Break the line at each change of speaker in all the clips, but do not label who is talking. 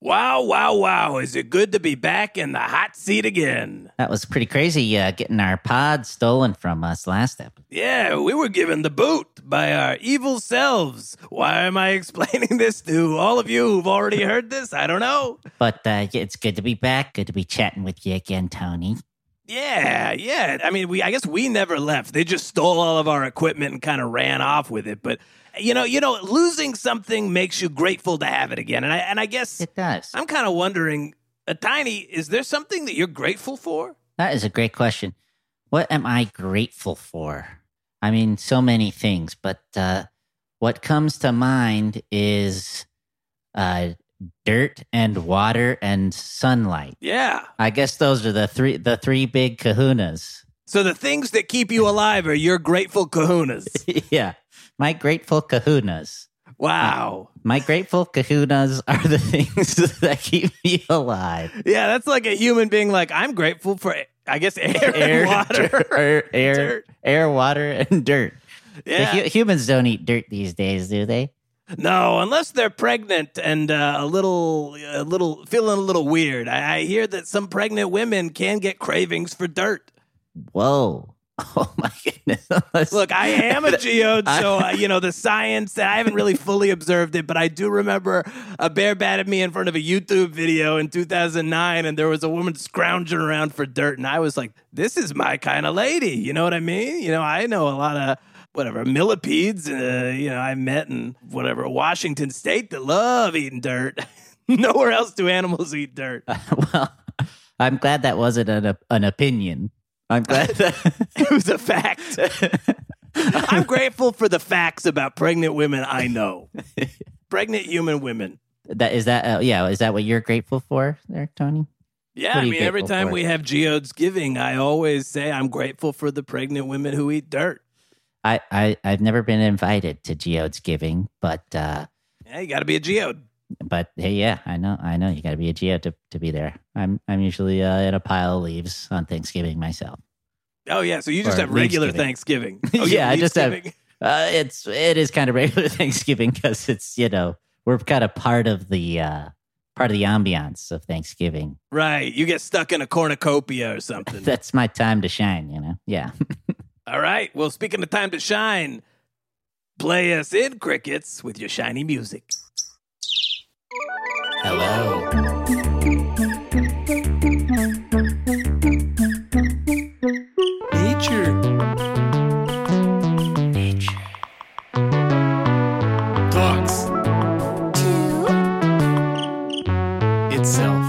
Wow, wow, wow. Is it good to be back in the hot seat again?
That was pretty crazy uh, getting our pod stolen from us last episode.
Yeah, we were given the boot by our evil selves. Why am I explaining this to all of you who've already heard this? I don't know.
But uh, it's good to be back. Good to be chatting with you again, Tony.
Yeah, yeah. I mean, we I guess we never left. They just stole all of our equipment and kind of ran off with it, but you know, you know, losing something makes you grateful to have it again. And I and I guess
It does.
I'm kind of wondering, uh, Tiny, is there something that you're grateful for?
That is a great question. What am I grateful for? I mean, so many things, but uh, what comes to mind is uh, dirt and water and sunlight.
Yeah.
I guess those are the three the three big kahunas.
So the things that keep you alive are your grateful kahunas.
yeah, my grateful kahunas.
Wow.
My grateful kahunas are the things that keep me alive.
Yeah, that's like a human being like, I'm grateful for, I guess, air,
Air,
and water.
dirt, air, air,
Dirt.
air, water, and dirt. The
Yeah.
hu- humans don't eat dirt these days, do they?
No, unless they're pregnant and uh, a little, a little, feeling a little weird. I, I hear that some pregnant women can get cravings for dirt.
Whoa. Oh my goodness. Let's-
Look, I am a geode,
I-
so uh, you know the science. I haven't really fully observed it, but I do remember a bear batted me in front of a YouTube video in 2009, and there was a woman scrounging around for dirt, and I was like, "This is my kind of lady." You know what I mean? You know, I know a lot of whatever millipedes. Uh, you know, I met in whatever Washington State that love eating dirt. Nowhere else do animals eat dirt.
well, I'm glad that wasn't an, op- an opinion. I'm glad
It was a fact.
that.
I'm grateful for the facts about pregnant women I know. Pregnant human women.
that is that. Uh, yeah, is that what you're grateful for, there, Tony?
Yeah,
What are
I
you
mean, every
grateful
time
for?
we have geodes giving, I always say I'm grateful for the pregnant women who eat dirt.
I, I I've never been invited to Geode's giving, but uh,
Yeah, you got to be a geode.
but hey, yeah, I know, I know, you got to be a Geode to, to be there. I'm I'm usually uh, in a pile of leaves on Thanksgiving myself.
Oh yeah, so you just
Or
have regular Thanksgiving. Oh, you
Yeah, I just have-
Leafsgiving?
Uh, it's it is kind of regular Thanksgiving because it's you know we're kind of part of the uh, part of the ambiance of Thanksgiving.
Right, you get stuck in a cornucopia or something.
that's my time to shine, you know? Yeah.
All right. Well, speaking of time to shine, play us in crickets with your shiny music.
Hello.
Nature.
talks to itself.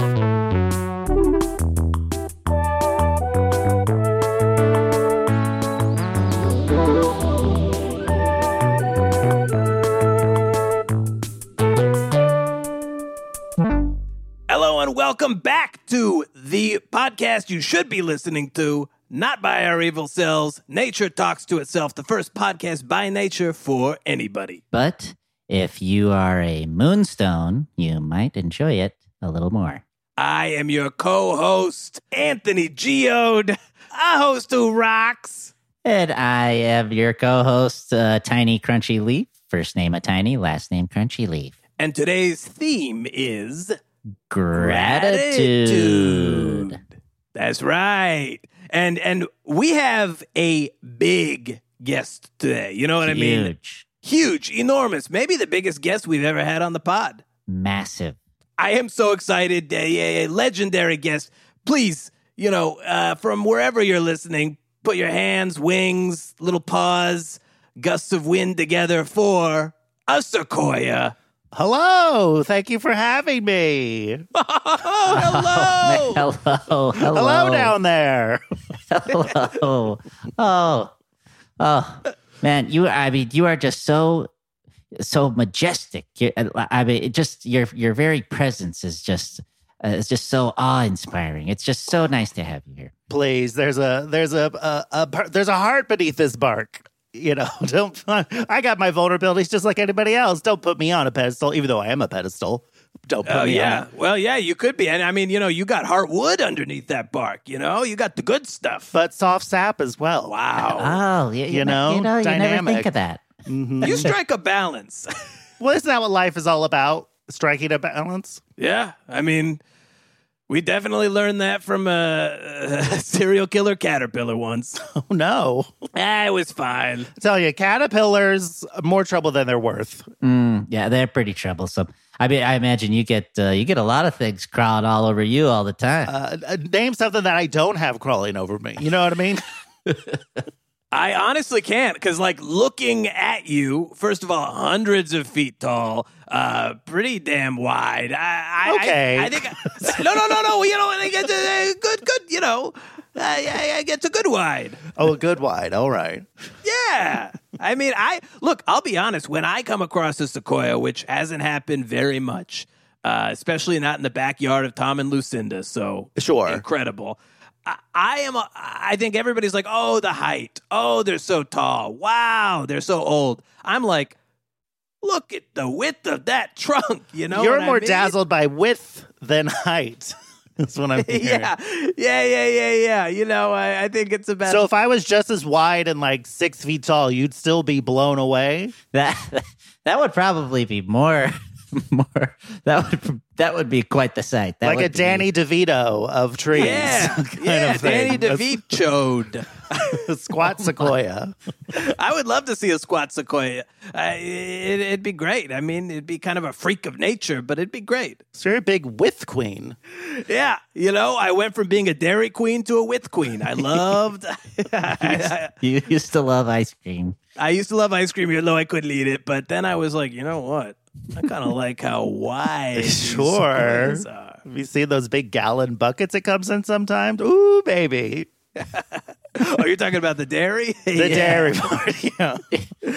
Hello and welcome back to the podcast you should be listening to. Not by our evil selves. Nature talks to itself. The first podcast by nature for anybody.
But if you are a moonstone, you might enjoy it a little more.
I am your co host, Anthony Geode, a host who rocks.
And I am your co host, uh, Tiny Crunchy Leaf. First name a Tiny, last name Crunchy Leaf.
And today's theme is
Gratitude.
That's right. And and we have a big guest today. You know what I mean?
Huge,
Huge, enormous, maybe the biggest guest we've ever had on the pod.
massive.
I am so excited. A, a legendary guest. Please, you know, uh, from wherever you're listening, put your hands, wings, little paws, gusts of wind together for a sequoia.
Hello, thank you for having me.
Oh, hello.
Oh, man, hello. Hello.
Hello down there.
Hello. oh, oh, man, you. I mean, you are just so, so majestic. You, I mean, it just your your very presence is just uh, it's just so awe inspiring. It's just so nice to have you here.
Please, there's a there's a, a, a per- there's a heart beneath this bark. You know, don't I got my vulnerabilities just like anybody else. Don't put me on a pedestal, even though I am a pedestal. Don't put
Oh
me
yeah.
on.
Well, yeah, you could be. And I mean, you know, you got heartwood underneath that bark, you know? You got the good stuff.
But soft sap as well.
wow.
Oh, you,
You know,
you know, you never
dynamic.
think of that.
Mhm.
you strike a balance.
well, isn't that what life is all about? striking a balance.
Yeah, I mean, we definitely learned that from a, a serial killer caterpillar once.
Oh no!
ah, it was fine.
I tell you, caterpillars are more trouble than they're worth.
Mm, yeah, they're pretty troublesome. I mean, I imagine you get uh, you get a lot of things crawling all over you all the time.
Uh, uh, name something that I don't have crawling over me. You know what I mean?
I honestly can't because, like, looking at you, first of all, hundreds of feet tall, uh, pretty damn wide. I, I,
Okay.
I, I think. no, no, no, no. You know, I think it's a- a good, good. You know, I, I, I get to good wide.
oh, a good wide. All right.
Yeah. I mean, I look, I'll be honest, when I come across a sequoia, which hasn't happened very much, uh, especially not in the backyard of Tom and Lucinda, so
Sure.
incredible. I, I am a, I think everybody's like, "Oh, the height. Oh, they're so tall. Wow, they're so old." I'm like, "Look at the width of that trunk, you know?"
You're
what I
more
mean?
dazzled by width than height. That's what I'm hearing.
Yeah. Yeah, yeah, yeah, yeah. You know, I, I think it's about
So if I was just as wide and like six feet tall, you'd still be blown away.
that that would probably be more more that would that would be quite the sight. That
like a
would be-
Danny DeVito of trees.
yeah,
kind
yeah,
of
Danny
thing.
DeVito.
A squat sequoia.
I would love to see a squat sequoia. Uh, it, it'd be great. I mean, it'd be kind of a freak of nature, but it'd be great.
So you're a big width queen.
Yeah, you know, I went from being a dairy queen to a with queen. I loved. I,
You used to love ice cream.
I used to love ice cream, even though I couldn't eat it. But then I was like, you know what? I kind of like how wide. these
Sure.
sequoias are.
Have you seen those big gallon buckets it comes in sometimes? Ooh, baby.
Oh, you're talking about the dairy?
The
Yeah.
dairy part. Yeah.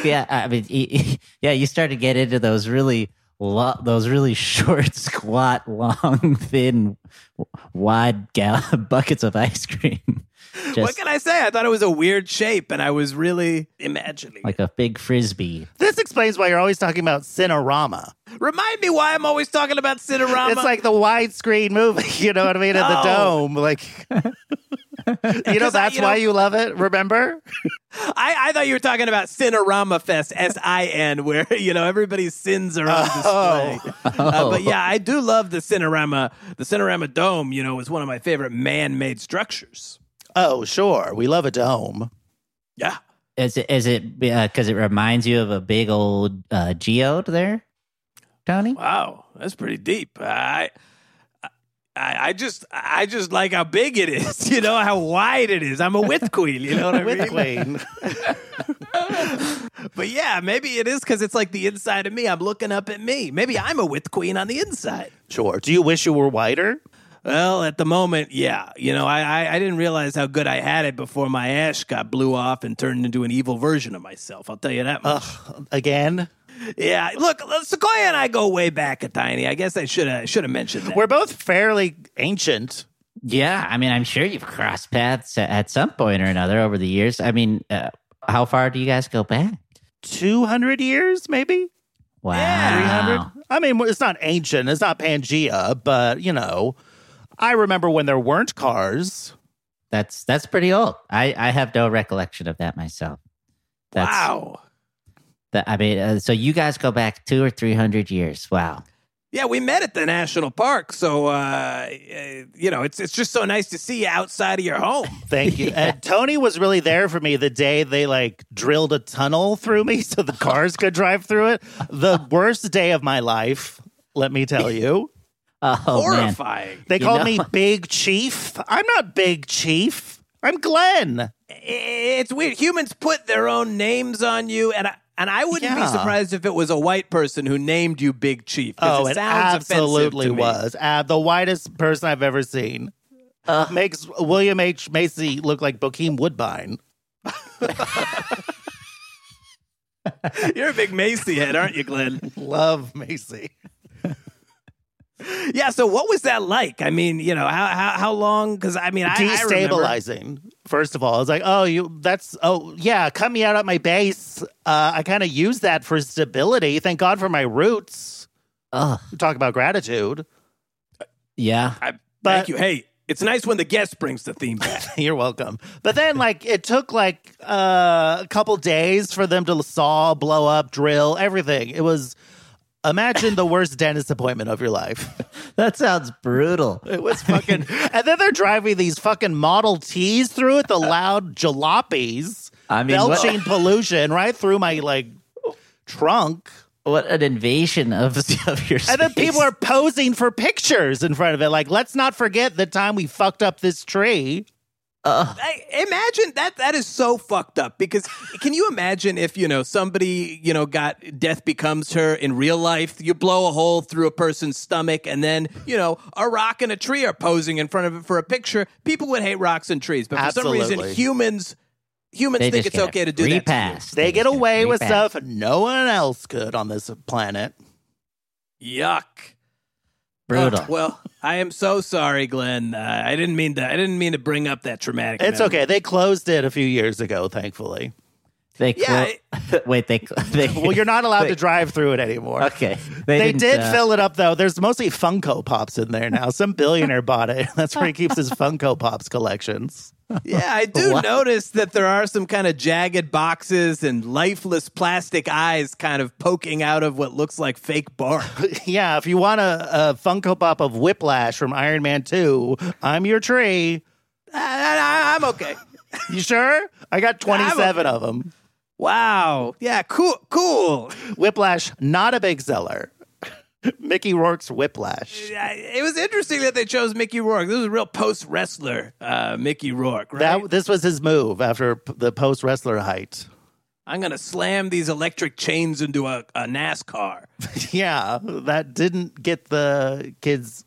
Yeah, I mean, y- yeah, you start to get into those really lo- those really short, squat, long, thin, w- wide gal- buckets of ice cream. Just
What can I say? I thought it was a weird shape, and I was really imagining. it.
like a big frisbee.
This explains why you're always talking about Cinerama.
Remind me why I'm always talking about Cinerama.
It's like the widescreen movie, you know what I mean? At the
No.
dome. Like You know
I-
that's
you
why
know-
you love it, remember?
I, I thought you were talking about Cinerama Fest, S I N, where you know everybody's sins are on
Oh.
display. Uh, but yeah, I do love the Cinerama. The Cinerama Dome, you know, is one of my favorite man-made structures.
Oh, sure. We love a dome.
Yeah,
Is it? Is it because it reminds you of a big old uh, geode there, Tony?
wow, that's pretty deep. I, I, I just, I just like how big it is. You know how wide it is. I'm a width queen. You know what I mean?
With Queen.
But yeah, maybe it is because it's like the inside of me. I'm looking up at me. Maybe I'm a width queen on the inside.
Sure. Do you wish you were wider?
Well, at the moment, yeah. You know, I, I, I didn't realize how good I had it before my ash got blew off and turned into an evil version of myself. I'll tell you that
Uh.
much.
Again?
Yeah, look, uh, Sequoia and I go way back a tiny. I guess I should have should have mentioned that.
We're both fairly ancient.
Yeah, I mean, I'm sure you've crossed paths a- at some point or another over the years. I mean, uh, how far do you guys go back?
200 years, maybe?
Wow,
300? I mean, it's not ancient. It's not Pangea, but, you know, I remember when there weren't cars.
that's that's pretty old. I I have no recollection of that myself. That's,
wow.
That, I mean, uh, so you guys go back two or three hundred years. Wow.
Yeah, we met at the national park, so uh, uh, you know it's it's just so nice to see you outside of your home.
Thank you. And Tony was really there for me the day they like drilled a tunnel through me so the cars could drive through it. The worst day of my life, let me tell you.
Oh man.
Horrifying.
They
You
called
know-
me Big Chief. I'm not Big Chief. I'm Glenn.
it's weird. Humans put their own names on you, and I, and I wouldn't be
Yeah.
surprised if it was a white person who named you Big Chief. 'cause
Oh,
it,
it
sounds
absolutely
offensive to me.
was. Uh, the whitest person I've ever seen. Makes William H. Macy look like Bokeem Woodbine.
You're a big Macy head, aren't you, Glenn?
Love Macy.
yeah. So what was that like? I mean, you know, how how, how long? Because I mean, I, I remember.
Destabilizing. First of all, I was like, "Oh, you. That's oh yeah. Cut me out at my base. Uh, I kind of use that for stability. Thank God for my roots.
Ugh.
Talk about gratitude.
yeah.
I, thank
but-
you. Hey, it's nice when the guest brings the theme back.
You're welcome. But then, like, it took like uh, a couple days for them to saw, blow up, drill, everything. It was Imagine the worst dentist appointment of your life.
That sounds brutal.
It was fucking, and then they're driving these fucking Model Ts through it, the loud jalopies,
I mean, what-
belching pollution right through my like trunk.
What an invasion of, of your
And then
space.
people are posing for pictures in front of it. Like, let's not forget the time we fucked up this tree.
I, imagine that that is so fucked up because can you imagine if you know somebody you know got death becomes her in real life you blow a hole through a person's stomach and then you know a rock and a tree are posing in front of it for a picture people would hate rocks and trees but for some
Absolutely.
reason humans humans
They
think
just
it's
get a
okay to do
free
that to you.
pass.
They
just
get
a
away
free
with
pass.
stuff no one else could on this planet.
yuck
Brutal.
Oh, well I am so sorry Glenn uh, I didn't mean to I didn't mean to bring up that traumatic
It's
memory.
okay. They closed it a few years ago, thankfully.
They
yeah
clo- wait. They, cl- they
Well, you're not allowed to
Wait.
drive through it anymore.
okay.
They,
didn't,
did
uh,
fill it up though. There's mostly Funko Pops in there now. Some billionaire bought it. That's where he keeps his Funko Pops collections.
Yeah, I do
Wow.
notice that there are some kind of jagged boxes and lifeless plastic eyes kind of poking out of what looks like fake bark.
yeah, if you want a, a Funko Pop of Whiplash from Iron Man 2, I'm your tree.
I, am okay.
You sure? I got 27 of them.
Wow. Yeah, cool. Cool.
Whiplash, not a big seller. Mickey Rourke's Whiplash.
Yeah, It was interesting that they chose Mickey Rourke. This was a real post wrestler, uh, Mickey Rourke, right?
That this was his move after p- the post wrestler height.
I'm going to slam these electric chains into a, a NASCAR.
Yeah, that didn't get the kids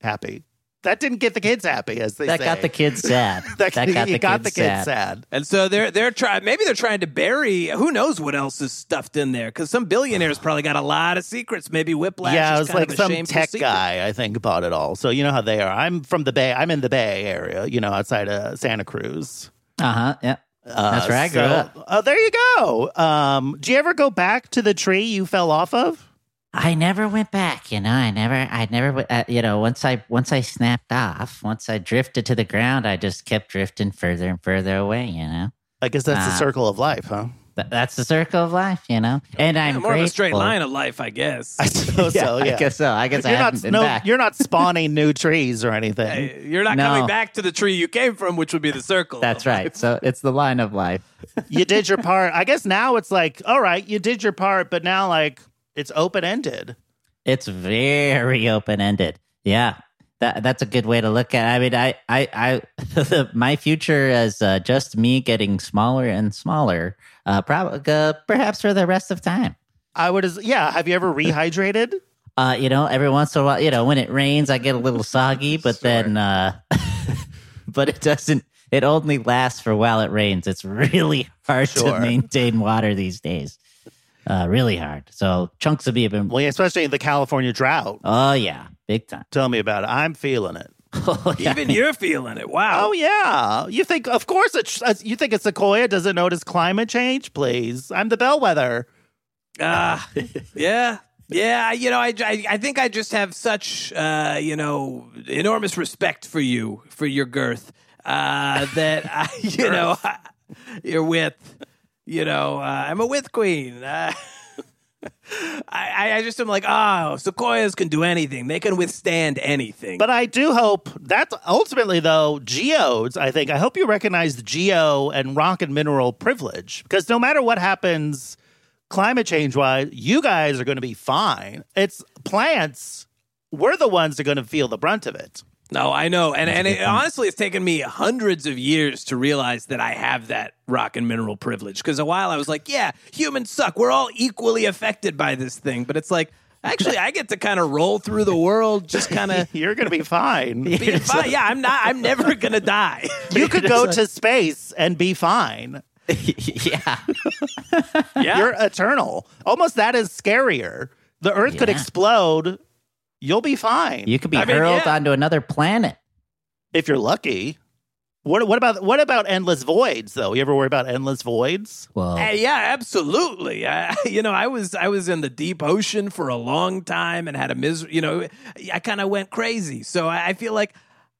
happy. That didn't get the kids happy, as they
That
say.
got the kids sad.
that,
that,
got,
got
the,
the
got
kids
the kids sad.
And so they're they're trying. Maybe they're trying to bury. Who knows what else is stuffed in there? Because some billionaires probably got a lot of secrets. Maybe Whiplash.
yeah,
is
it was
kind
like
of a
some
shameful
tech
secret.
guy I think bought it all. So you know how they are. I'm from the Bay. I'm in the Bay Area. You know, outside of Santa Cruz.
Uh huh. Yeah.
Uh,
That's where I grew
so-
up.
Oh, there you go. Um, do you ever go back to the tree you fell off of?
I never went back. You know, I never, I never, w- uh, you know, once I, once I snapped off, once I drifted to the ground, I just kept drifting further and further away. You know,
I guess that's the
Uh,
circle of life, huh?
Th- that's the circle of life. You know, and
Yeah,
I'm
more of a straight
grateful.
line of life, I guess.
I suppose so. Yeah.
I guess so. I guess I
you're
haven't
not
been
no,
back.
you're not spawning new trees or anything.
Hey, You're not
No.
coming back to the tree you came from, which would be the circle.
That's right. So it's the line of life.
you did your part. I guess now it's like, all right, you did your part, but now like it's open ended.
It's very open ended. Yeah. That, that's a good way to look at. It. I mean, I, I, I, my future is uh, just me getting smaller and smaller, uh, prob- uh, perhaps for the rest of time.
I would, as- yeah. Have you ever rehydrated?
Uh, you know, every once in a while, you know, when it rains, I get a little soggy, but then, uh, but it doesn't. It only lasts for while it rains. It's really hard
Sure.
to maintain water these days. Uh, really hard. So chunks of me have been.
Well, yeah, especially in the California drought.
Oh yeah, big time.
Tell me about it. I'm feeling it.
Oh, yeah.
Even you're feeling it. Wow.
Oh yeah, you think? Of course, it's, uh, you think a sequoia doesn't notice climate change? Please, I'm the bellwether.
Ah, yeah. Yeah, you know, I, I, I think I just have such, uh, you know, enormous respect for you, for your girth, uh, that, I, you know, I, your width, you know, uh, I'm a width queen. Uh, I, I- I just am like, oh, sequoias can do anything. They can withstand anything.
But I do hope that's ultimately though geodes. I think I hope you recognize the geo and rock and mineral privilege because no matter what happens, climate change wise, you guys are going to be fine. It's plants. We're the ones that are going to feel the brunt of it.
No, I know, and and it, honestly, it's taken me hundreds of years to realize that I have that rock and mineral privilege. Because a while I was like, "Yeah, humans suck. We're all equally affected by this thing." But it's like, actually, I get to kind of roll through the world, just kind of.
You're going to be fine.
Being fine. Eh. Yeah, I'm not. I'm never gonna die.
You could go to space and be fine.
yeah.
Yeah,
You're eternal. Almost that is scarier. The Earth could
Yeah.
explode. You'll be fine
You could be
I mean,
hurled
yeah.
onto another planet.
if you're lucky. What what about what about endless voids though? You ever worry about endless voids?
Well,
Hey, Uh, yeah, absolutely. I, you know, I was I was in the deep ocean for a long time and had a misery. You know, I kind of went crazy. So I, I feel like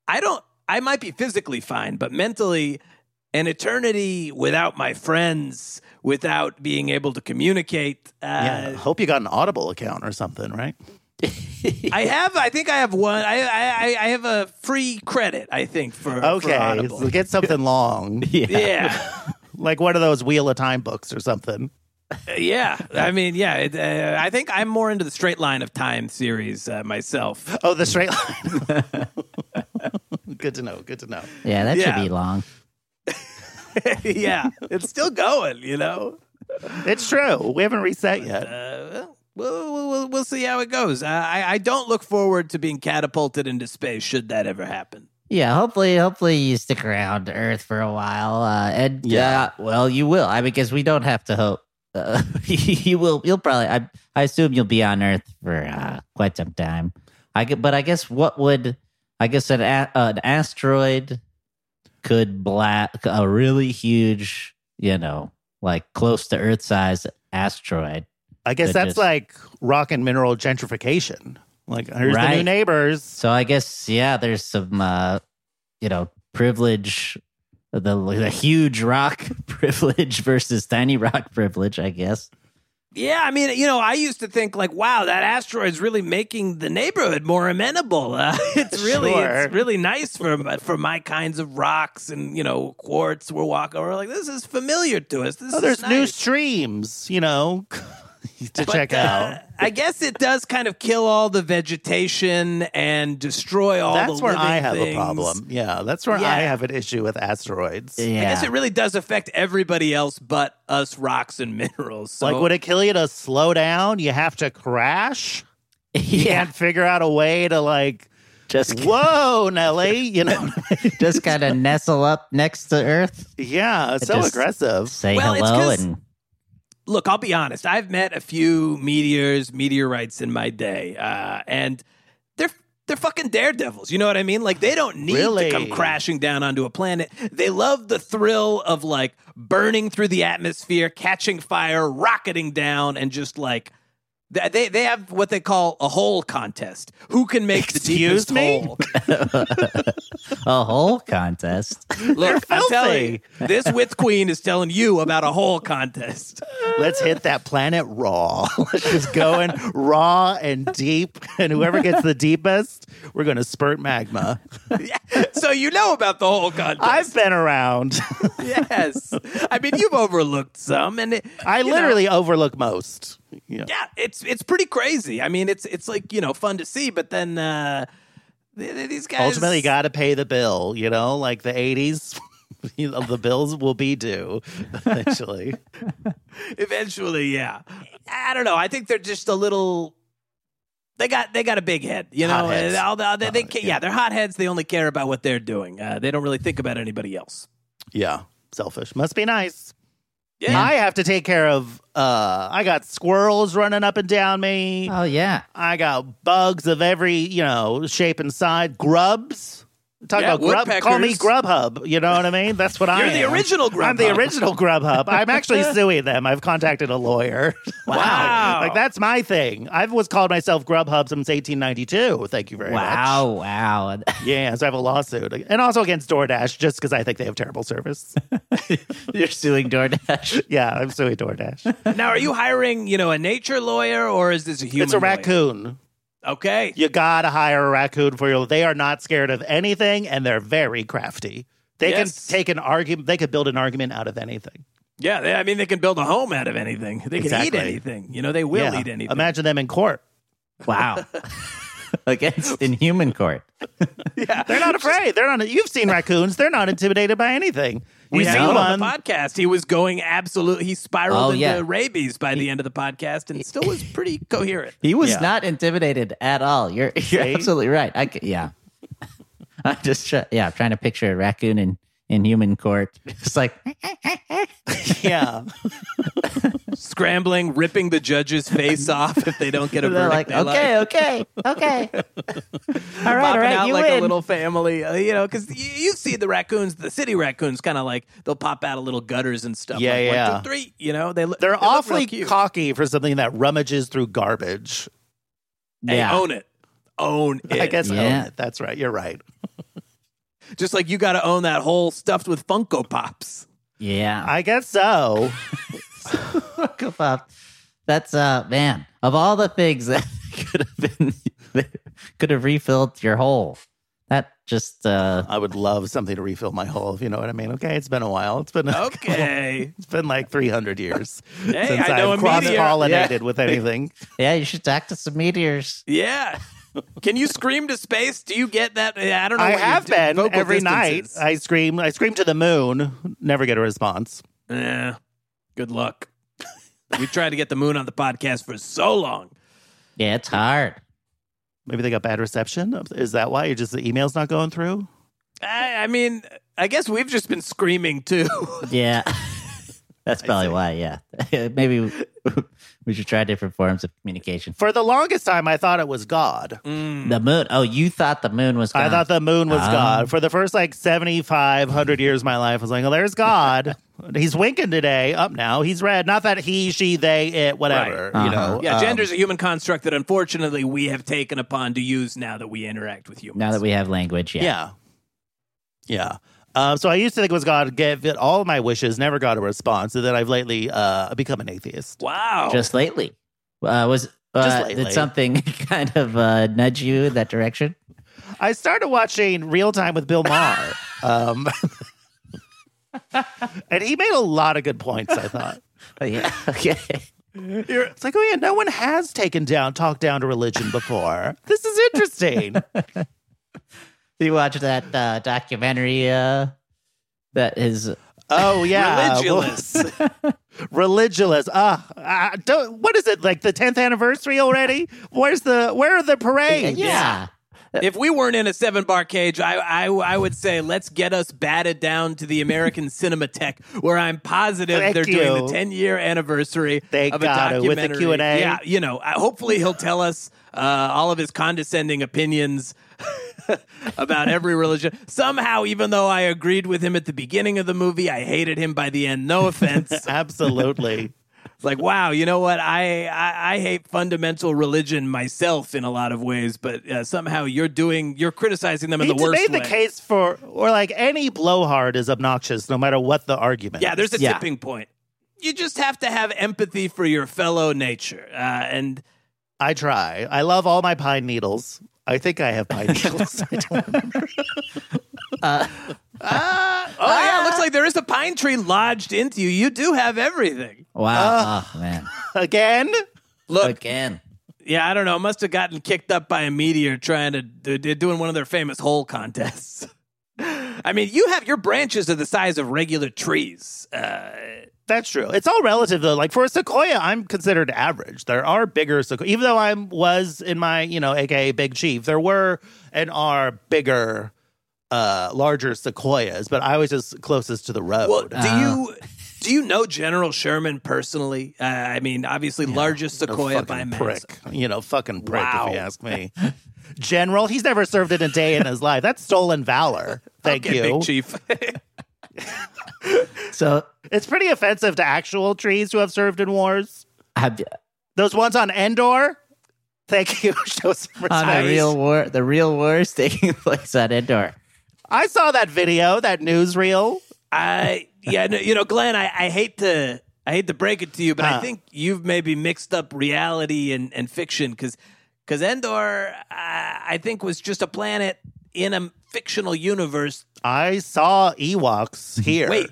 I don't. I might be physically fine, but mentally, an eternity without my friends, without being able to communicate. Uh,
Yeah. hope you got an Audible account or something, right?
I have. I think I have one. I I, I- I have a free credit. I think for for
Okay,
Audible.
so get something long,
yeah,
like one of those Wheel of Time books or something.
yeah. I mean, yeah. It, uh, I think I'm more into the Straight Line of Time series uh, myself.
Oh, the straight line. good to know. Good to know.
Yeah, that
Yeah.
should be long.
yeah, it's still going. You know.
It's true. We haven't reached that yet.
Uh, we'll, we'll, we'll- we'll see how it goes. I, I- I don't look forward to being catapulted into space should that ever happen.
Yeah, hopefully, hopefully you stick around to Earth for a while, uh, and yeah, well, you will. I because we don't have to hope. Uh, you will. You'll probably. I, I assume you'll be on Earth for uh, quite some time. I gu- but I guess what would I guess an a, an asteroid could black a really huge, you know, like close to Earth size asteroid.
I guess that's
Goodness.
like rock and mineral gentrification. Like here's the new
Right.
neighbors.
So I guess yeah, there's some uh, you know privilege, the the huge rock privilege versus tiny rock privilege. I guess
Yeah, I mean, you know, I used to think like, wow, that asteroid's really making the neighborhood more amenable. Uh, it's really,
Sure.
it's really nice for for my kinds of rocks and you know quartz. We're walking, we're like, this is familiar to us. This
Oh,
is
there's
nice.
new streams, you know, to check
uh,
out.
I guess it does kind of kill all the vegetation and destroy all the
That's where
living
I have
things.
a problem. Yeah, that's where I
Yeah.
have an issue with asteroids.
yeah.
I guess it really does affect everybody else but us rocks and minerals. So
Like, would it kill you to slow down? You have to crash. You
yeah,
can't figure out a way to like,
just
whoa, Nelly. You know,
just kind of nestle up next to Earth,
yeah, it's so
just-
aggressive.
say
Well, it's
hello,
'cause-
and
look, I'll be honest. I've met a few meteors, meteorites in my day, uh, and they're they're fucking daredevils. You know what I mean? Like they don't need
Really?
to come crashing down onto a planet. They love the thrill of like burning through the atmosphere, catching fire, rocketing down, and just like. th- They they have what they call a hole contest. Who can make the
Excuse
deepest
me?
hole?
a whole contest.
Look, I'm
filthy.
telling you, this with queen is telling you about a hole contest.
Let's hit that planet raw. Let's just go in raw and deep. And whoever gets the deepest, we're going to spurt magma.
So you know about the hole contest.
I've been around.
yes. I mean, you've overlooked some, and it,
I
you know,
literally overlook most. Yeah.
yeah, it's it's pretty crazy. I mean, it's it's like you know fun to see, but then uh, th- th- these guys
ultimately got to pay the bill, you know, like the 80s. you know, the bills will be due eventually.
eventually, yeah. I I don't know. I think they're just a little. They got they got a big head, you know.
Hotheads.
and All the, they, they, ca-
yeah.
yeah, they're hotheads. They only care about what they're doing. Uh, they don't really think about anybody else.
yeah. Selfish. Must be nice.
Yeah.
I have to take care of uh I got squirrels running up and down me.
Oh yeah,
I got bugs of every, you know, shape and size. Grubs. Talk
Yeah,
about grub. Call me
woodpeckers.
Grubhub. You know what I mean? That's what I
You're the
am.
original
I'm the
Grubhub.
original Grubhub. I'm actually suing them. I've contacted a lawyer.
Wow.
like that's my thing. I've always called myself Grubhub since 1892. Thank you very much.
wow, wow.
Yeah, so I have a lawsuit. And also against DoorDash, just because I think they have terrible service.
You're suing DoorDash.
yeah, I'm suing DoorDash.
Now, are you hiring you know a nature lawyer or is this a human?
it's a
lawyer?
raccoon.
Okay.
You gotta hire a raccoon for your. They are not scared of anything, and they're very crafty. They
Yes.
can take an argument. They could build an argument out of anything.
Yeah, they, I mean, they can build a home out of anything. They can
Exactly.
eat anything. You know, they will
Yeah.
eat anything.
Imagine them in court.
Wow, against in human court.
They're not afraid. They're not. You've seen raccoons. They're not intimidated by anything. You
we
see
had him
one.
on the podcast. He was going absolute. He spiraled
Oh,
into
yeah.
rabies by the end of the podcast, and still was pretty coherent.
He was
Yeah.
not intimidated at all. You're you're
See?
absolutely right. I c- yeah. I'm just try, yeah, I'm trying to picture a raccoon in in human court. It's like
yeah.
Scrambling, ripping the judge's face off if they don't get a
they're
verdict.
like
they
okay, okay, okay. all right,
Popping
all right,
out
you
like
win.
a little family, uh, you know, because you, you see the raccoons, the city raccoons, kind of like they'll pop out of little gutters and stuff.
Yeah,
like,
yeah.
One, two, three. You know, they look.
They're
they look real
awfully
cute.
cocky for something that rummages through garbage.
Hey,
yeah.
Oh. own it, own it.
I guess own
Yeah.
it. that's right. You're right.
Just like you got to own that whole stuffed with Funko Pops.
Yeah.
I guess so.
Funko Pop. That's uh man, of all the things that could have been could have refilled your hole. That just uh
I would love something to refill my hole, if you know what I mean. Okay, it's been a while. It's been
Okay.
it's been like 300 years
Hey,
since
I know a meteor.
I've cross pollinated
Yeah.
with anything.
yeah, you should talk to some meteors.
Yeah. Can you scream to space? Do you get that? I don't know.
I
what your
have
d-
been
vocal
every night.
distance is.
I scream, I scream to the moon, never get a response.
Yeah. Good luck. we tried to get the moon on the podcast for so long.
Yeah, it's hard.
Maybe they got bad reception. Is that why? You're just the email's not going through?
I, I mean, I guess we've just been screaming too.
Yeah. That's probably why, yeah. Maybe we- we should try different forms of communication.
For the longest time, I thought it was God.
Mm.
The moon. Oh, you thought the moon was gone.
I thought the moon was
Ah.
God. For the first like 75, 100 years of my life, I was like, oh, there's God. He's winking today, up now. He's red. Not that he, she, they, it, whatever.
Right.
You
Uh-huh.
know,
yeah,
um,
gender is a human construct that unfortunately we have taken upon to use now that we interact with humans.
now that we have language, yeah.
Yeah. Yeah. Uh, so I used to think it was God, gave it all my wishes, never got a response. And then I've lately uh, become an atheist.
wow.
Just lately. Uh, was uh,
Just lately.
did something kind of uh, nudge you in that direction?
I started watching Real Time with Bill Maher. um, and he made a lot of good points, I thought.
Oh, yeah. Okay.
It's like, oh yeah, no one has taken down, talked down to religion before. this is interesting.
you watched that uh, documentary uh, that is uh,
Oh yeah,
Religious.
religious. Ah, ah, don't. What is it like the tenth anniversary already? Where's the where are the parades?
yeah.
if we weren't in a seven bar cage, I, I, I would say let's get us batted down to the American Cinematheque, where I'm positive
Thank
they're doing
you.
the 10 year anniversary
They
of
got
a
it with the
documentary.
Q&A.
Yeah, you know, I, hopefully he'll tell us uh, all of his condescending opinions. about every religion. Somehow, even though I agreed with him at the beginning of the movie, I hated him by the end. No offense. it's
Absolutely.
like, wow, you know what? I, I I hate fundamental religion myself in a lot of ways, but uh, somehow you're doing you're criticizing them in
he
the worst
made the
way.
case for, or like any blowhard is obnoxious, no matter what the argument.
Yeah, there's a
Yeah.
tipping point. You just have to have empathy for your fellow nature, uh, and
I try. I love all my pine needles. I think I have pine needles. I don't remember.
oh yeah, it looks like there is a pine tree lodged into you. You do have everything.
Wow. oh, man.
Again,
Look,
Again.
yeah, I don't know. Must have gotten kicked up by a meteor trying to they're doing one of their famous hole contests. I mean, you have your branches are the size of regular trees. Uh,
that's true. It's all relative though. Like for a sequoia, I'm considered average. There are bigger sequoia, even though I am was in my you know, aka Big Chief. There were and are bigger, uh, larger sequoias, but I was just closest to the road.
Well, do
Uh.
you do you know General Sherman personally? Uh, I mean, obviously largest
No
sequoia
fucking
by mass.
prick. You know, fucking prick.
Wow.
If you ask me, General, he's never served in a day in his life. That's stolen valor. Thank
Okay,
you.
Big Chief.
So,
It's pretty offensive to actual trees who have served in wars.
have,
Those ones on Endor. Thank you. Show some respect.
on the real war, the real war is taking place at Endor.
I saw that video, that newsreel.
I yeah, no, you know, Glenn, I, I hate to I hate to break it to you, but I
Uh.
Huh.
think you've maybe mixed up reality and and fiction because because Endor uh, I think was just a planet in a fictional universe.
I saw Ewoks
Mhm.
here.
Uh,
Wait.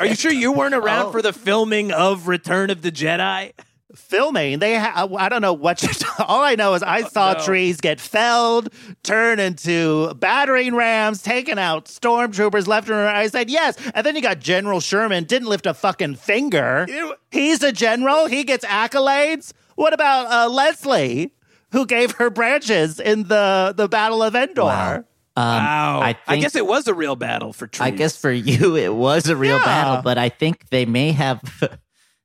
Are you sure you weren't
oh.
around for the filming of Return of the Jedi?
filming. They, ha- I don't know what. You're all I know is I
Uh,
saw
no.
trees get felled, turn into battering rams, taken out stormtroopers left and right. I said yes, and then you got General Sherman didn't lift a fucking finger.
Ew.
He's a general. He gets accolades. What about uh, Leslie, who gave her branches in the the Battle of Endor? Ah,
wow.
I
I,
think-
guess it was a real battle for trees.
Um, I guess for you it was a real
Yeah.
battle, but I think they may have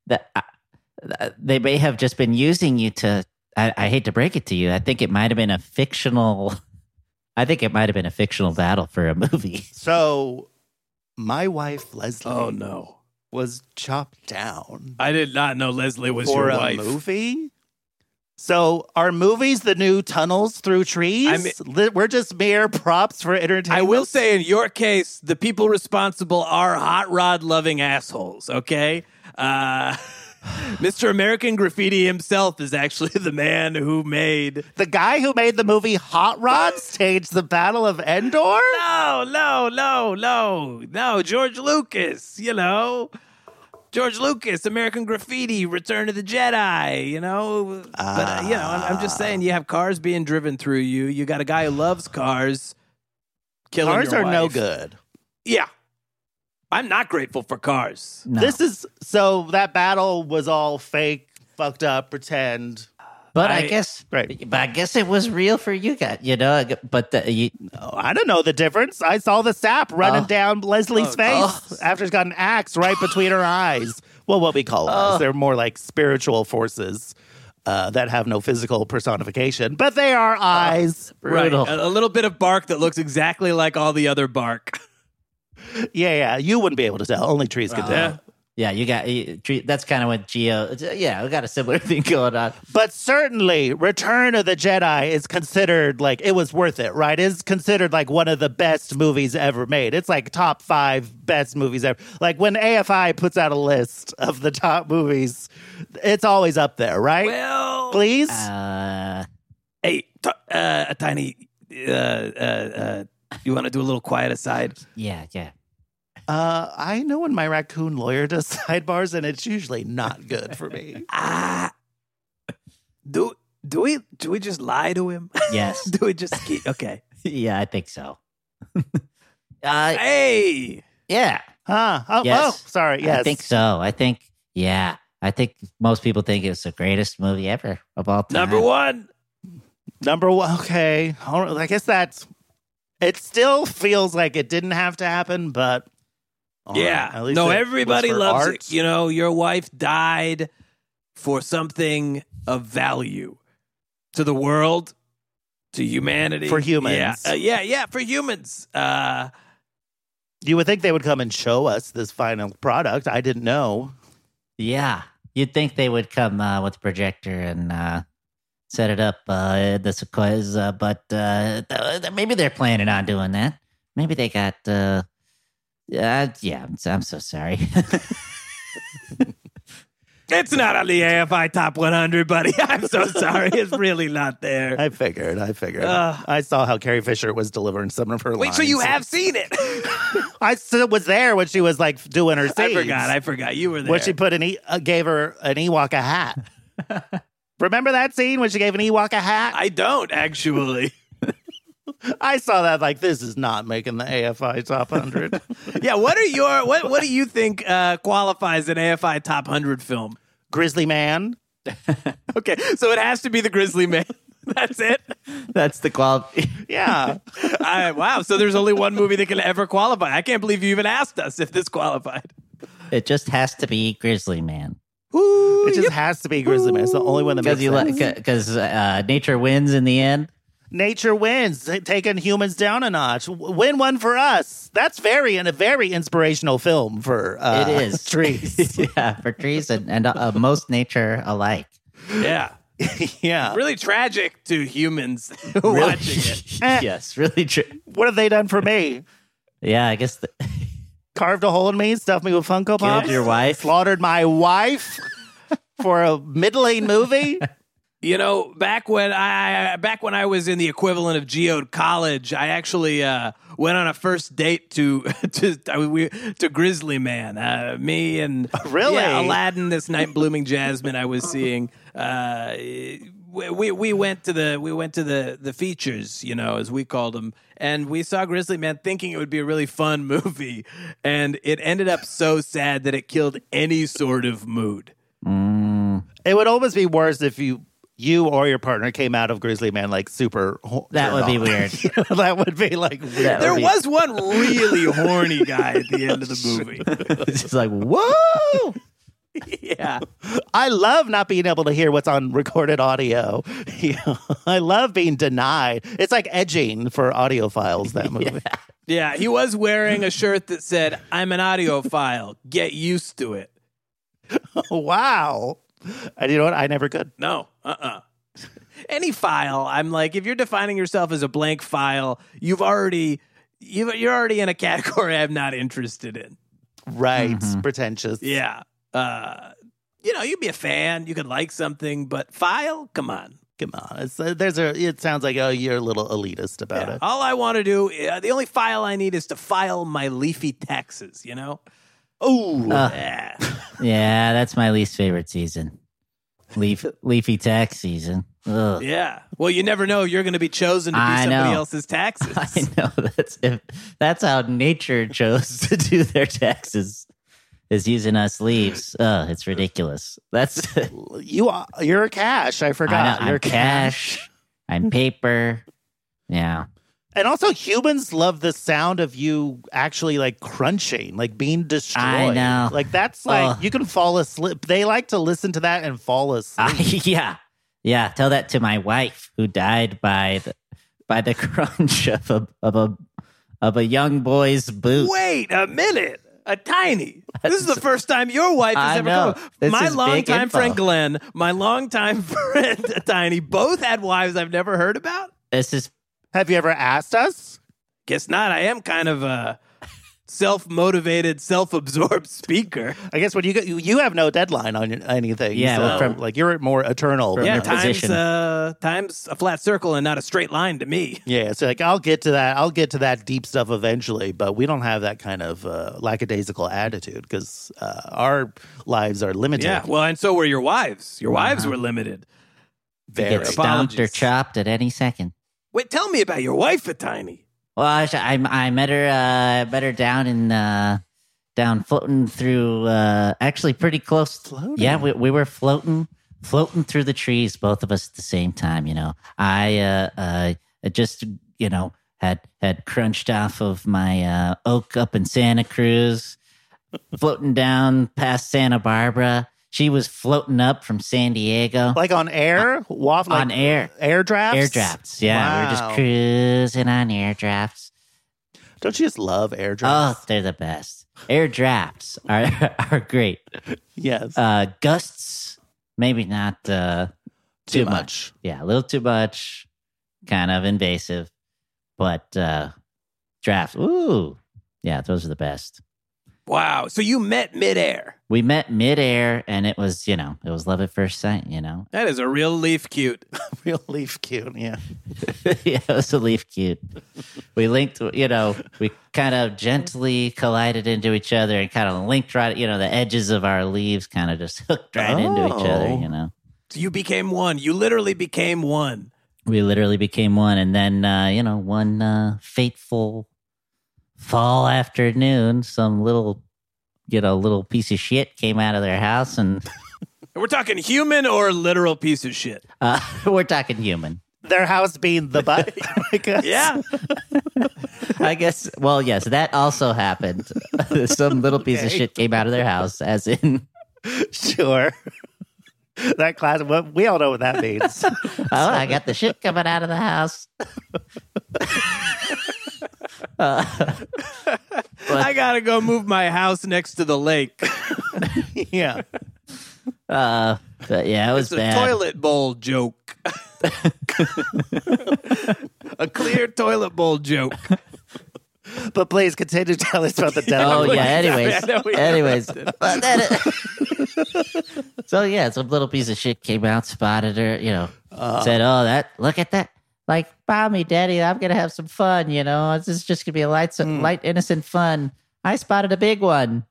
that uh, they may have just been using you to. I, I hate to break it to you. I think it might have been a fictional. I think it might have been a fictional battle for a movie.
So, my wife Leslie
Oh no.
was chopped down
I did not know Leslie was
for
your
a
wife.
movie. So are movies the new tunnels through trees?
I mean-
Li- We're just mere props for entertainment.
I will say, in your case, the people responsible are hot rod loving assholes. Okay, uh, Mr. American Graffiti himself is actually the man who made.
the guy who made the movie Hot Rod staged the Battle of Endor.
No, no, no, no, no, George Lucas. You know, George Lucas, American Graffiti, Return of the Jedi. You know, but uh, you know, I'm, I'm just saying, you have cars being driven through you. You got a guy who loves cars. Killing
Cars
your
are no
wife.
good.
Yeah. I'm not grateful for cars.
No.
This is so that battle was all fake, fucked up, pretend.
but I,
I-
guess,
Right.
but I guess it was real for you guys, you know. But the, you,
Oh, I don't know the difference. I saw the sap running
Oh.
down Leslie's
Oh,
face
God.
after she's got an axe right between her eyes. Well, what we call eyes.
Oh.
They're more like spiritual forces uh, that have no physical personification, but they are
Oh.
eyes.
brutal.
Right. A, a little bit of bark that looks exactly like all the other bark.
Yeah, yeah. You wouldn't be able to tell. Only trees could tell.
yeah, you got you, tre- that's kind of what Geo. Yeah, we got a similar thing going on.
But certainly, Return of the Jedi is considered like it was worth it, right? It's considered like one of the best movies ever made. It's like top five best movies ever. Like when AFI puts out a list of the top movies, it's always up there, right?
Well,
Please?
Uh,
hey, t- uh, a tiny. Uh, uh, uh, you want to do a little quiet aside?
yeah, yeah.
Uh, I know when my raccoon lawyer does sidebars, and it's usually not good for me.
Ah, do do we do we just lie to him?
Yes.
do we just keep, okay?
yeah, I think so. uh,
Hey,
yeah,
Huh? Oh,
Yes.
oh, sorry. Yes.
I think so. I think, yeah, I think most people think it's the greatest movie ever of all time.
number one.
Number one. Okay. All right, I guess that's. It still feels like it didn't have to happen, but. all right,
yeah.
at least
No,
it
everybody
was for
loves
art.
it. You know, your wife died for something of value to the world, to humanity.
For humans.
Yeah, uh, yeah, yeah, for humans. Uh,
You would think they would come and show us this final product. I didn't know.
Yeah, you'd think they would come uh, with a projector and uh, set it up uh, at the sequoias, uh, but uh, th- th- maybe they're planning on doing that. Maybe they got. Uh, uh, yeah, I'm, so- I'm so sorry.
it's not on the AFI Top 100, buddy. I'm so sorry. It's really not there.
I figured. I figured.
Uh.
I saw how Carrie Fisher was delivering some of her
Wait,
lines.
so you have seen it?
I still was there when she was like doing her.
I
scenes.
forgot. I forgot. You were there.
When she put an e- uh, gave her an Ewok a hat. Remember that scene when she gave an Ewok a hat?
I don't, actually.
I, saw that like this is not making the AFI top hundred.
yeah, what are your, what, what do you think uh, qualifies an AFI Top 100 film?
Grizzly Man.
Okay, so it has to be the Grizzly Man. That's it.
That's the quality.
Yeah,
I, wow. So there's only one movie that can ever qualify. I can't believe you even asked us if this qualified.
it just has to be Grizzly Man
Ooh,
it just has to be Grizzly Man. It's the only one that
because
makes
you
sense.
because uh, nature wins in the end.
Nature wins, t- taking humans down a notch. W- Win one for us. That's very and a very inspirational film for uh,
it is
trees.
yeah, for trees and, and uh, most nature alike.
yeah.
yeah.
Really tragic to humans watching it.
Eh,
yes, really true.
What have they done for me?
Yeah, I guess the,
Carved a hole in me, stuffed me with Funko
killed
Pops.
your wife.
slaughtered my wife for a middling movie.
You know, back when I back when I was in the equivalent of geode college, I actually uh, went on a first date to to I mean, we, to Grizzly Man. Uh, me and
Really?
yeah, Aladdin, this night blooming Jasmine I was seeing. Uh, we, we we went to the we went to the the features, you know, as we called them, and we saw Grizzly Man, thinking it would be a really fun movie, and it ended up so sad that it killed any sort of mood.
Mm,
It would almost be worse if you you or your partner came out of Grizzly Man like super. ho-
that would be
turned
weird.
off. that would be like weird.
That
There
would be-
was one really horny guy at the end of the movie.
it's just like whoa.
Whoa!
Yeah.
I love not being able to hear what's on recorded audio. Yeah. I love being denied. It's like edging for audiophiles. That movie.
Yeah. He was wearing a shirt that said, I'm an audiophile. Get used to it.
Wow! And you know what? I never could.
No. Uh uh any file. I'm like, if you're defining yourself as a blank file, you've already you you're already in a category I'm not interested in.
Right.
Mhm.
Pretentious.
Yeah. Uh, you know, you'd be a fan. You could like something, but file, come on.
Come on. It's, uh, there's a. It sounds like oh, you're a little elitist about
Yeah.
it.
All I want to do, uh, the only file I need is to file my leafy taxes. You know.
Oh,
Uh,
Yeah.
yeah, that's my least favorite season. Leaf, leafy tax season. Ugh.
yeah. Well, you never know. You're going to be chosen to be
I
somebody
know.
else's taxes.
I know that's if, that's how nature chose to do their taxes is using us leaves. Oh, it's ridiculous. That's
you are. You're a cash. I forgot.
I know,
you're
I'm cash. I'm paper. Yeah.
And also, humans love the sound of you actually like crunching, like being destroyed.
know.
Like that's like
Ugh.
you can fall asleep. They like to listen to that and fall asleep.
I, Ah, yeah. Yeah. Tell that to my wife who died by the, by the crunch of a, of a, of a young boy's boot.
Wait a minute. A tiny. This is the first time your wife has
I
ever
know.
come.
This
my
is big
longtime
info.
friend Glenn, my longtime friend Tiny, both had wives I've never heard about.
This is
Have you ever asked us?
Guess not. I am kind of a self motivated, self absorbed speaker.
I guess when you go, you, you have no deadline on your- anything.
Yeah,
so,
well,
from-
like you're more eternal. than
Yeah,
your
that.
time's,
position.
uh, time's a flat circle and not a straight line to me.
yeah. So like I'll get to that. I'll get to that deep stuff eventually. But we don't have that kind of uh, lackadaisical attitude because uh, our lives are limited.
Yeah, well, and so were your wives. Your wives
Uh-huh.
were limited.
very.
get stomped or
Apologies.
chopped at any second.
Wait, tell me about your wife, a tiny.
Well, I, sh- I, I met her. Uh, I met her down in uh, down floating through. Uh, actually, pretty close.
Floating?
Yeah, we we were floating, floating through the trees, both of us at the same time. You know, I uh, uh, I just you know had had crunched off of my uh, oak up in Santa Cruz, floating down past Santa Barbara. She was floating up from San Diego
like on air, waffle
on air.
air drafts.
Air drafts, yeah. We We're
Oh Wow.
just cruising on air drafts.
Don't you just love air
Oh,
drafts?
they're the best. Air drafts are are great.
yes.
Uh, gusts, maybe not uh, too, much. Yeah, a little too much. Kind of invasive, but uh, drafts. Ooh, yeah, those are the best.
Wow. So you met midair.
We met midair, and it was you know it was love at first sight. You know,
That is a real leaf cute.
Real leaf cute. Yeah.
yeah, it was a leaf cute. We linked, you know, we kind of gently collided into each other and kind of linked right, you know, the edges of our leaves kind of just hooked right into each other,
Oh.
you know.
So you became one. You literally became one.
We literally became one. And then, uh, you know, one uh, fateful fall afternoon, some little, you know, little piece of shit came out of their house and
And we're talking human or literal piece of shit.
uh, we're talking human.
Their house being the butt. I guess.
Yeah.
I guess. Well, yes, that also happened. Some little piece of
Okay.
shit came out of their house, as in,
Sure. that class. Well, we all know what that means.
oh, I got the shit coming out of the house.
I got to go move my house next to the lake.
yeah.
Uh, but yeah, it was
It's a
bad.
toilet bowl joke. a clear toilet bowl joke.
But please continue to tell us about the devil.
Oh yeah. Anyways,
I know we
anyways. But then- so yeah, some little piece of shit came out, spotted her. You know,
Uh,
said,
Uh-huh.
"Oh, that look at that." Like, mommy, daddy, I'm gonna have some fun. You know, this is just gonna be a light,
Hmm.
light, innocent fun. I spotted a big one,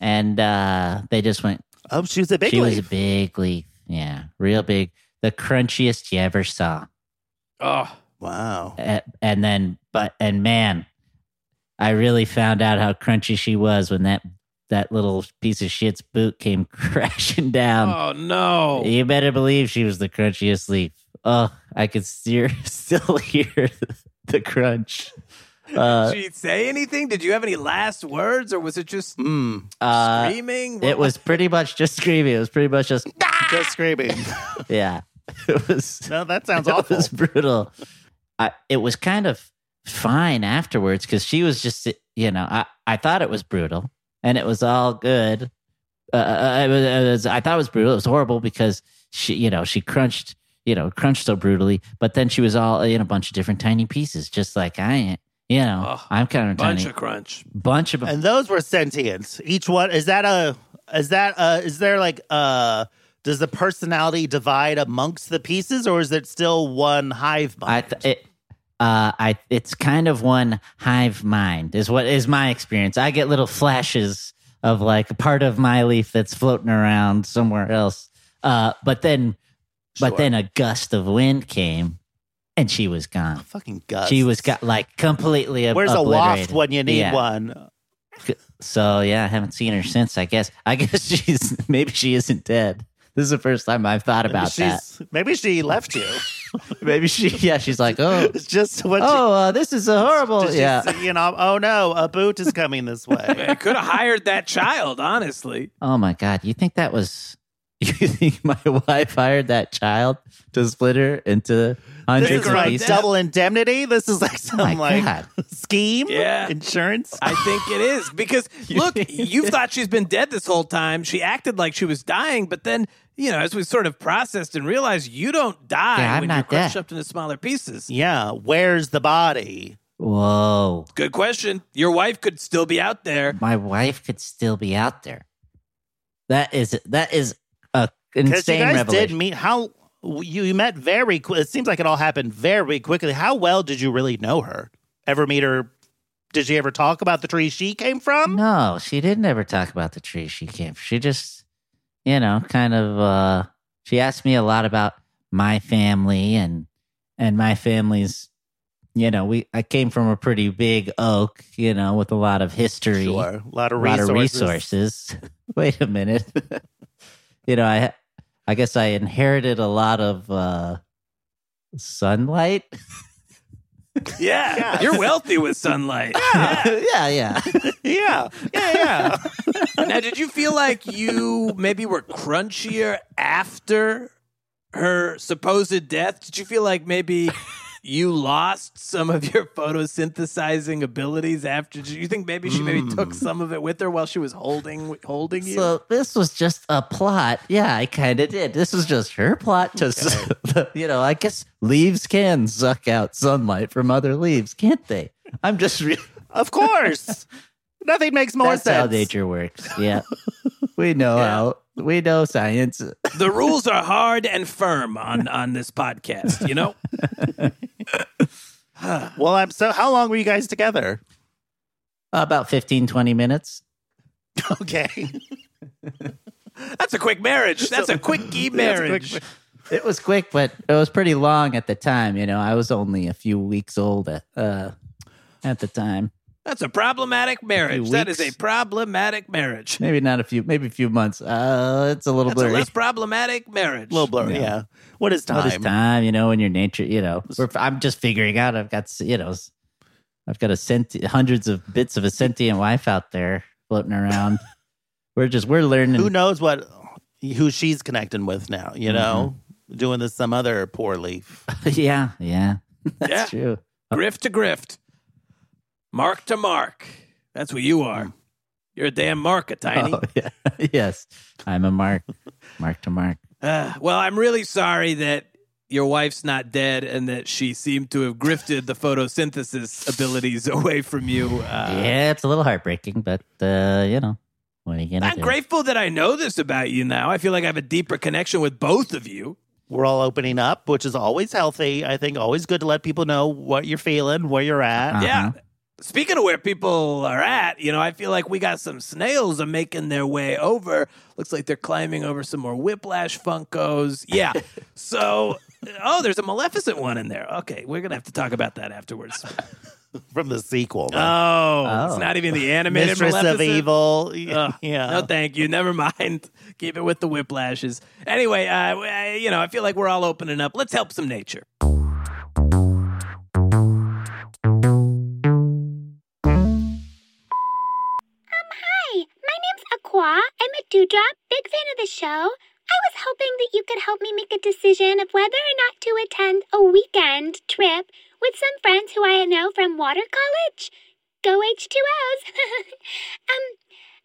and uh, they just went.
Oh, she was a big
she was
leaf.
a big leaf, yeah, real big, the crunchiest you ever saw.
Oh,
Wow.
A- and then but and man i really found out how crunchy she was when that that little piece of shit's boot came crashing down
oh no.
you better believe she was the crunchiest leaf oh i could steer, still hear the crunch uh,
Did she say anything? Did you have any last words or was it just
Mm,
uh,
screaming?
it was pretty much just screaming it was pretty much just
just screaming.
yeah it was
no, that sounds
It
awful.
was brutal. I, it was kind of fine afterwards because she was just, you know, I, I thought it was brutal and it was all good. Uh, it was, it was- I thought it was brutal. It was horrible because she, you know, she crunched, you know, crunched so brutally. But then she was all in a bunch of different tiny pieces, just like I am. You know,
Ugh,
I'm kind of
Bunch
tiny.
of crunch.
bunch of
And those were sentient. Each one is that a is that uh is there like uh does the personality divide amongst the pieces or is it still one hive
I
mind?
th- it, uh, I it's kind of one hive mind is what is my experience. I get little flashes of like a part of my leaf that's floating around somewhere else. Uh, but then,
Sure.
but then a gust of wind came, and she was gone.
fucking guts.
She was got like completely. ob-
Where's a waft
obliterated.
when you need
Yeah.
one?
So yeah, I haven't seen her since. I guess. I guess she's maybe she isn't dead. This is the first time I've thought about that.
She's maybe she left you.
Maybe she. Yeah, she's like, oh,
it's just what she-
oh, uh, this is a horrible.
did she
Yeah.
see, you know, oh no, a boot is coming this way.
I could have hired that child, honestly.
Oh my God. You think that was, you think my wife hired that child to split her into
this
hundreds
is
of
Bigger on
like
pieces? Oh
death.
double indemnity. This is like some
my
like
God.
scheme.
Yeah.
Insurance.
I think it is because look, you thought she's been dead this whole time. She acted like she was dying, but then you know, as we sort of processed and realized, you don't die
Yeah, I'm
when you're
not dead.
crushed up into smaller pieces.
Yeah. Where's the body?
Whoa.
Good question. Your wife could still be out there.
My wife could still be out there. That is, that is a
Because you
insane
guys
revelation.
did meet how you, you met very quick. It seems like it all happened very quickly. How well did you really know her? Ever meet her? Did she ever talk about the tree she came from?
No, she didn't ever talk about the tree she came. She just, you know, kind of. uh She asked me a lot about my family and and my family's. You know, we I came from a pretty big oak. You know, with a lot of history,
Sure, a lot
a
of
lot
resources.
of resources. Wait a minute. you know, I I guess I inherited a lot of uh sunlight.
Yeah,
Yes.
you're wealthy with sunlight.
yeah, yeah.
Yeah, yeah, yeah.
Now, did you feel like you maybe were crunchier after her supposed death? Did you feel like maybe you lost some of your photosynthesizing abilities after? Do you think maybe she maybe took
Hmm.
some of it with her while she was holding holding you?
So this was just a plot. Yeah, I kind of did. This was just her plot to, you know, I guess leaves can suck out sunlight from other leaves, can't they? I'm just re-
of course. Nothing makes more
that's how
sense.
nature works. Yeah, we know how we know science. uh,
the rules are hard and firm on on this podcast. You know,
Well, I'm so. How long were you guys together?
About 15, 20 minutes.
Okay,
that's a quick marriage. That's a quickie
That's a
marriage.
quick-
It was quick, but it was pretty long at the time. You know, I was only a few weeks old at uh, at the time.
That's a problematic marriage. That is a
weeks.
problematic marriage.
Maybe not a few, maybe a few months. Uh, it's a little
That's a
blurry.
less problematic marriage.
a little blurry. Yeah.
Yeah.
What is
All this
time?
time, you know, in your nature, you know, we're, I'm just figuring out. I've got, you know, I've got a senti- hundreds of bits of a sentient wife out there floating around. we're just we're learning.
Who knows what? Who she's connecting with now? You know, doing this some other poor leaf.
yeah, yeah, that's
Yeah.
true.
Grift to grift. Mark to mark. That's what you are. You're a damn mark, a tiny.
Hmm. Oh, yeah. yes, I'm a mark, mark to mark.
Uh, well, I'm really sorry that your wife's not dead and that she seemed to have grifted the photosynthesis abilities away from you. Uh,
yeah, it's a little heartbreaking, but uh, you know, what are you gonna
I'm
do?
grateful that I know this about you now. I feel like I have a deeper connection with both of you.
we're all opening up, which is always healthy. I think always good to let people know what you're feeling, where you're at.
Uh-huh.
Yeah. Speaking of where people are at, you know, I feel like we got some snails are making their way over. Looks like they're climbing over some more whiplash funkos. Yeah. so, oh, there's a Maleficent one in there. Okay, we're going to have to talk about that afterwards.
From the sequel,
Oh,
though.
it's not even the animated
Mistress of
Maleficent.
Evil.
Ugh.
yeah,
No, thank you. Never mind. Keep it with the whiplashes. Anyway, uh, w- I- you know, I feel like we're all opening up. Let's help some nature.
Hi, my name's Aqua. I'm a dewdrop, big fan of the show. I was hoping that you could help me make a decision of whether or not to attend a weekend trip with some friends who I know from water college. Go H2Os. um,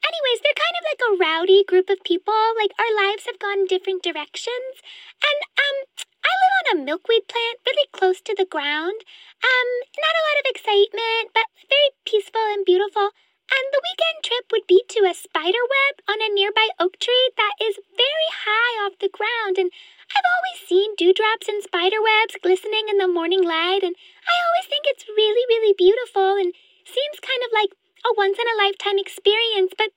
anyways, they're kind of like a rowdy group of people. Like, our lives have gone different directions. And, um, I live on a milkweed plant really close to the ground. Um, not a lot of excitement, but very peaceful and beautiful. And the weekend trip would be to a spider web on a nearby oak tree that is very high off the ground. And I've always seen dewdrops and spider webs glistening in the morning light. And I always think it's really, really beautiful and seems kind of like a once in a lifetime experience. But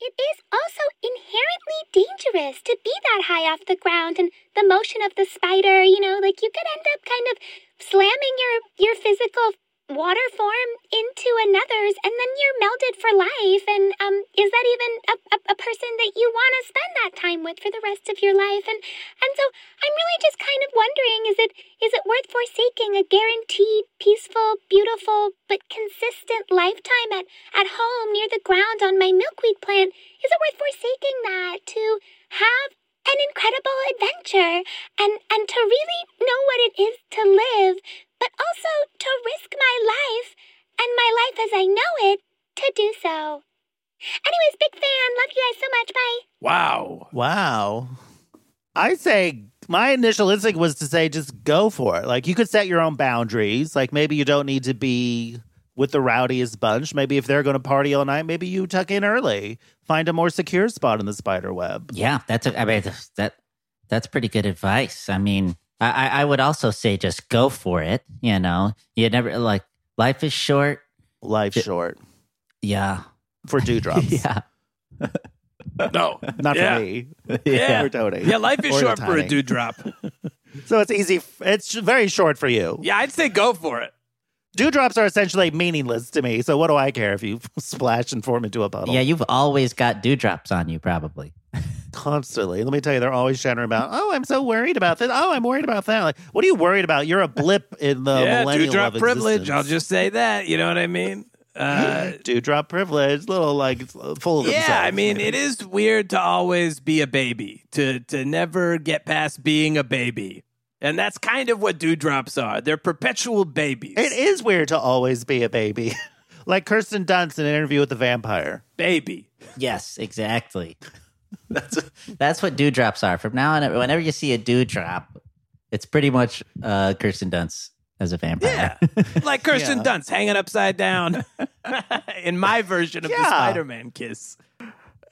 it is also inherently dangerous to be that high off the ground and the motion of the spider, you know, like you could end up kind of slamming your your physical water form into another's and then you're melded for life and um is that even a, a, a person that you want to spend that time with for the rest of your life and and so i'm really just kind of wondering is it is it worth forsaking a guaranteed peaceful beautiful but consistent lifetime at at home near the ground on my milkweed plant is it worth forsaking that to have an incredible adventure and and to really know what it is to live but also to risk my life and my life as I know it to do so. Anyways, big fan. Love you guys so much. Bye.
Wow.
Wow. I say my initial instinct was to say just go for it. Like you could set your own boundaries. Like maybe you don't need to be with the rowdiest bunch. Maybe if they're going to party all night, maybe you tuck in early, find a more secure spot in the spider web.
Yeah, that's a, I mean that that's pretty good advice. I mean, I, I would also say just go for it. You know, you never like life is short.
Life short
Yeah,
for dewdrops.
yeah,
No.
Not
Yeah.
for me.
Yeah.
for Tony.
Yeah, life is
Or
short for a
Tiny.
dewdrop.
So it's easy. f- It's very short for you.
Yeah, I'd say go for it.
Dewdrops are essentially meaningless to me. So what do I care if you splash and form into a puddle?
yeah. You've always got dewdrops on you, probably.
constantly. Let me tell you, they're always chattering about, oh, I'm so worried about this. Oh, I'm worried about that. Like, what are you worried about? You're a blip in the
yeah,
millennial
dewdrop
of
privilege.
existence.
I'll just say that. You know what I mean? Uh,
Dewdrop privilege, little like uh, full of
yeah,
himself.
I mean, it is weird to always be a baby, to to never get past being a baby, and that's kind of what dewdrops are. They're perpetual babies.
It is weird to always be a baby, like Kirsten Dunst in an interview with the vampire.
baby.
Yes, exactly. that's that's what dewdrops are. From now on, whenever you see a dewdrop, it's pretty much uh, Kirsten Dunst as a vampire.
Yeah, like Kirsten Dunst hanging upside down in my version of the
Yeah.
Spider-Man kiss.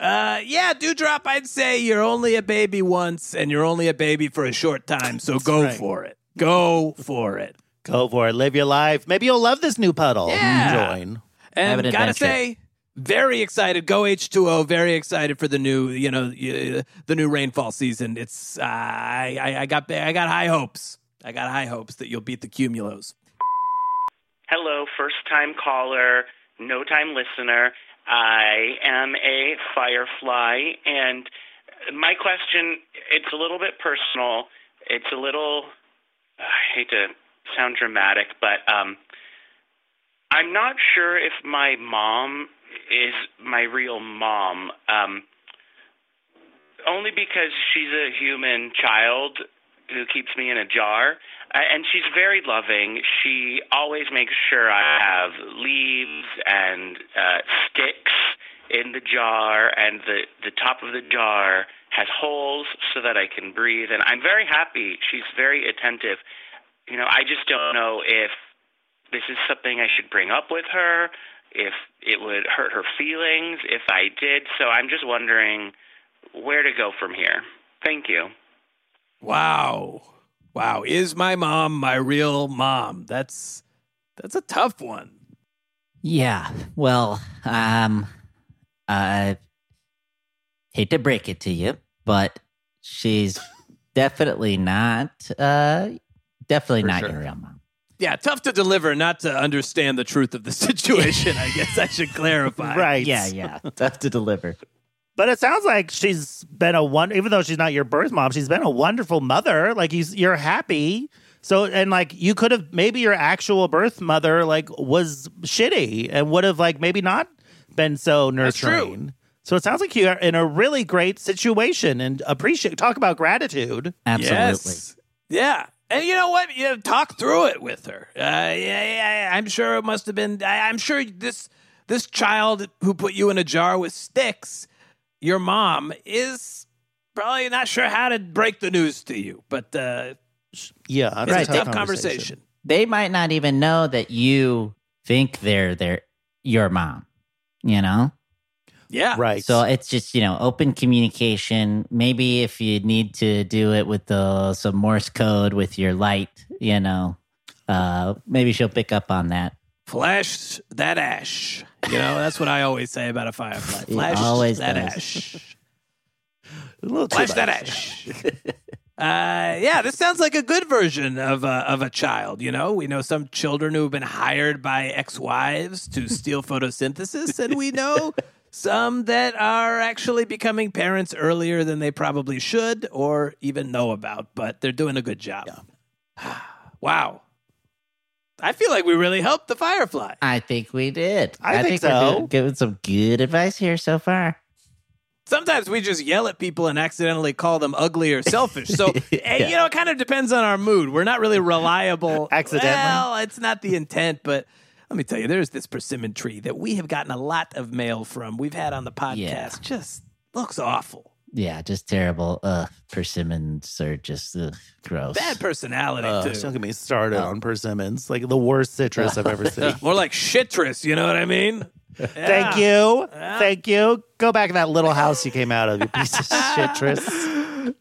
Uh, yeah, dewdrop. I'd say you're only a baby once, and you're only a baby for a short time. So go
right.
for it. Go for it.
Go for it, live your life. Maybe you'll love this new puddle.
Yeah.
Join.
Have
And
an
gotta
adventure.
say, very excited. Go H two O. Very excited for the new, you know, y- the new rainfall season. It's uh, I, I I got I got high hopes. I got high hopes that you'll beat the cumulos.
Hello, first time caller, no time listener. I am a firefly, and my question it's a little bit personal. It's a little, I hate to sound dramatic, but um, I'm not sure if my mom is my real mom. Um, only because she's a human child who keeps me in a jar. Uh, and she's very loving. She always makes sure I have leaves and uh, sticks in the jar, and the, the top of the jar has holes so that I can breathe. And I'm very happy. She's very attentive. You know, I just don't know if this is something I should bring up with her, if it would hurt her feelings if I did. So I'm just wondering where to go from here. Thank you.
Wow, wow. Is my mom my real mom? That's that's a tough one.
Yeah. Well, um, I hate to break it to you, but she's definitely not, uh, definitely not your real mom.
Yeah, tough to deliver, not to understand the truth of the situation. I guess I should clarify.
Right.
Yeah, yeah. Tough to deliver.
But it sounds like she's been a one, even though she's not your birth mom, she's been a wonderful mother. Like you, you're happy. So and like you could have maybe your actual birth mother like was shitty and would have like maybe not been so
true.
nurturing. So it sounds like you are in a really great situation and appreciate talk about gratitude.
Absolutely.
Yes. Yeah. And you know what? You know, talk through it with her. Uh, yeah, yeah, yeah, I'm sure it must have been. I, I'm sure this this child who put you in a jar with sticks, your mom is probably not sure how to break the news to you. But uh,
Yeah, that's
It's
Right.
a tough conversation.
they might not even know that you think they're their your mom. You know?
Yeah.
Right.
So it's just, you know, open communication. Maybe if you need to do it with the some Morse code with your light, you know, uh maybe she'll pick up on that.
Flash that ash. You know, that's what I always say about a firefly.
He
Flash
always
that
does.
ash.
A little too
Flash that
much.
ash. Uh, yeah, this sounds like a good version of a, of a child. You know, we know some children who have been hired by ex wives to steal photosynthesis, and we know some that are actually becoming parents earlier than they probably should or even know about, but they're doing a good job. wow. I feel like we really helped the firefly.
I think we did.
I think
we're
so.
doing- giving some good advice here so far.
Sometimes we just yell at people and accidentally call them ugly or selfish. So, eh, you know, it kind of depends on our mood. We're not really reliable.
Accidentally.
Well, it's not the intent, but let me tell you, there's this persimmon tree that we have gotten a lot of mail from. We've had on the podcast.
Yeah.
Just looks awful.
Yeah, just terrible. Ugh, persimmons are just ugh, gross.
Bad personality,
Ugh,
too.
don't get me started on persimmons. Like the worst citrus I've ever seen.
More like shitress, you know what I mean?
Thank you. Thank you. Go back to that little house you came out of, you piece of citrus.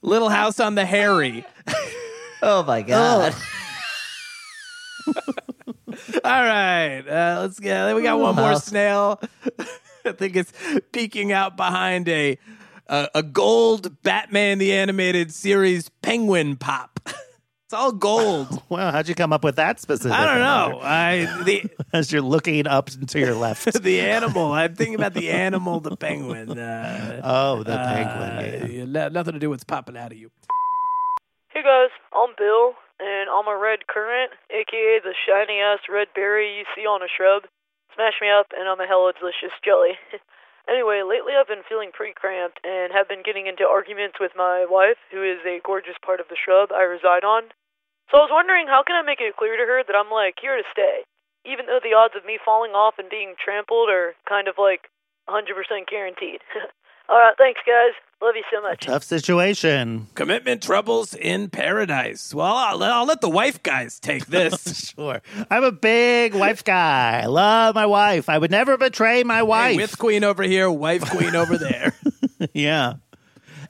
Little House on the Hairy.
oh my god.
All right, uh, let's go. We got one more
Wow.
snail. I think it's peeking out behind a a, a gold Batman the Animated Series penguin pop. It's all gold.
Well, how'd you come up with that specific?
I don't
number?
know. I the
As you're looking up and to your left.
the animal. I'm thinking about the animal, the penguin. Uh,
Oh, the
uh,
penguin. yeah.
no- nothing to do with what's popping out of you.
Hey guys, I'm Bill, and I'm a red currant, aka the shiny ass red berry you see on a shrub. Smash me up, and I'm a hella delicious jelly. anyway, lately I've been feeling pretty cramped and have been getting into arguments with my wife, who is a gorgeous part of the shrub I reside on. So I was wondering how can I make it clear to her that I'm like here to stay, even though the odds of me falling off and being trampled are kind of like 100% guaranteed. Alright, thanks guys. Love you so much.
Tough situation.
Commitment troubles in paradise. Well, I'll, I'll let the wife guys take this.
Sure. I'm a big wife guy. I love my wife. I would never betray my wife.
Hey, with queen over here, wife queen over there.
Yeah.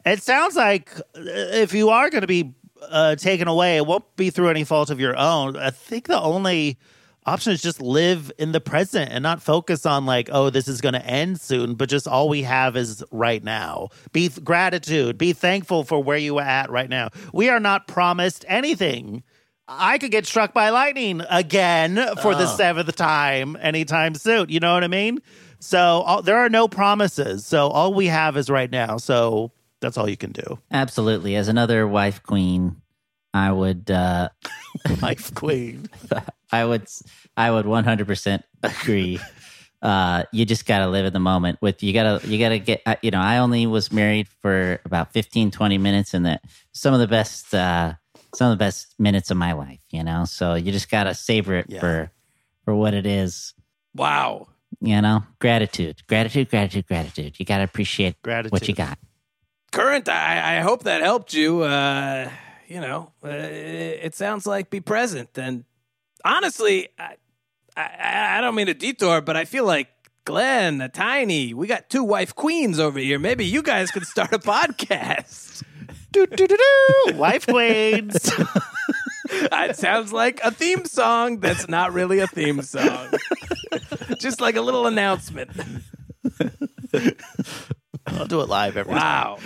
It sounds like uh, if you are going to be uh, taken away, it won't be through any fault of your own. I think the only option is just live in the present and not focus on like, oh, this is going to end soon, but just all we have is right now. Be th- gratitude, be thankful for where you are at right now. We are not promised anything. I could get struck by lightning again for
Ah.
the seventh time anytime soon. You know what I mean? So all, there are no promises. So all we have is right now. So that's all you can do.
Absolutely. As another wife queen, I would uh
Life queen.
I would I would 100% agree. Uh, you just got to live in the moment with you got to you got to get uh, you know I only was married for about 15 20 minutes and that some of the best uh, some of the best minutes of my life, you know. So you just got to savor it
Yeah.
for for what it is,
Wow.
you know. Gratitude. Gratitude, gratitude, gratitude. You got to appreciate
Gratitude.
what you got.
current i, I hope that helped you uh you know uh, it sounds like be present and honestly I, I i don't mean to detour but i feel like glenn tiny we got two wife queens over here maybe you guys could start a podcast
do, do, do, do. Wife queens.
it sounds like a theme song that's not really a theme song just like a little announcement
I'll do it live every time.
Wow.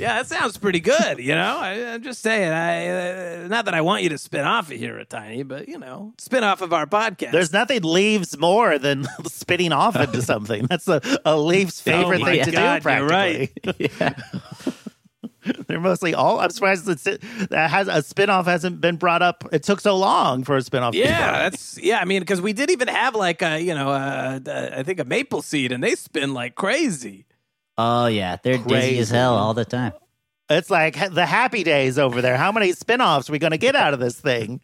Yeah, that sounds pretty good. You know, I, I'm just saying. I uh, not that I want you to spin off of here a tiny, but you know, spin off of our podcast.
There's nothing leaves more than spitting off into something. That's a, a leaf's favorite
Oh my
thing to
God,
do,
you're
practically.
right.
They're mostly all. I'm surprised it's, that has a spinoff hasn't been brought up. It took so long for a spinoff. to be
yeah,
brought up.
that's yeah. I mean, because we did even have like a you know, uh, uh, I think a maple seed, and they spin like crazy.
Oh yeah, they're dizzy as
Crazy.
hell all the time.
It's like ha- the happy days over there. How many spinoffs are we going to get out of this thing?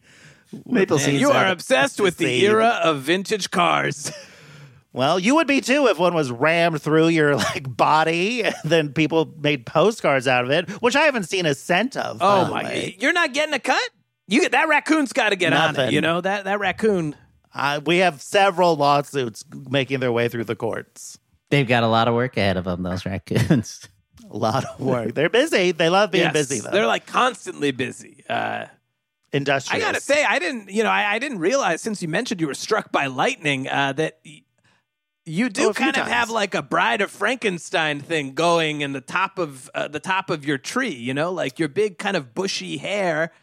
Maple
And you are obsessed with the era of vintage cars.
Well, you would be too if one was rammed through your like body. And then people made postcards out of it, which I haven't seen a cent of. by
Oh
the
my!
way.
You're not getting a cut. You get that raccoon's got to get on it.
Nothing.
You know that that raccoon.
Uh, we have several lawsuits making their way through the courts.
They've got a lot of work ahead of them, those raccoons.
A lot of work. They're busy. They love being
Yes.
busy, though.
They're like constantly busy. Uh, I
industrious.
gotta say, I didn't. You know, I, I didn't realize since you mentioned you were struck by lightning uh, that. Y- you
Oh,
do
a few
kind of
times.
have like a Bride of Frankenstein thing going in the top of uh, the top of your tree, you know, like your big kind of bushy hair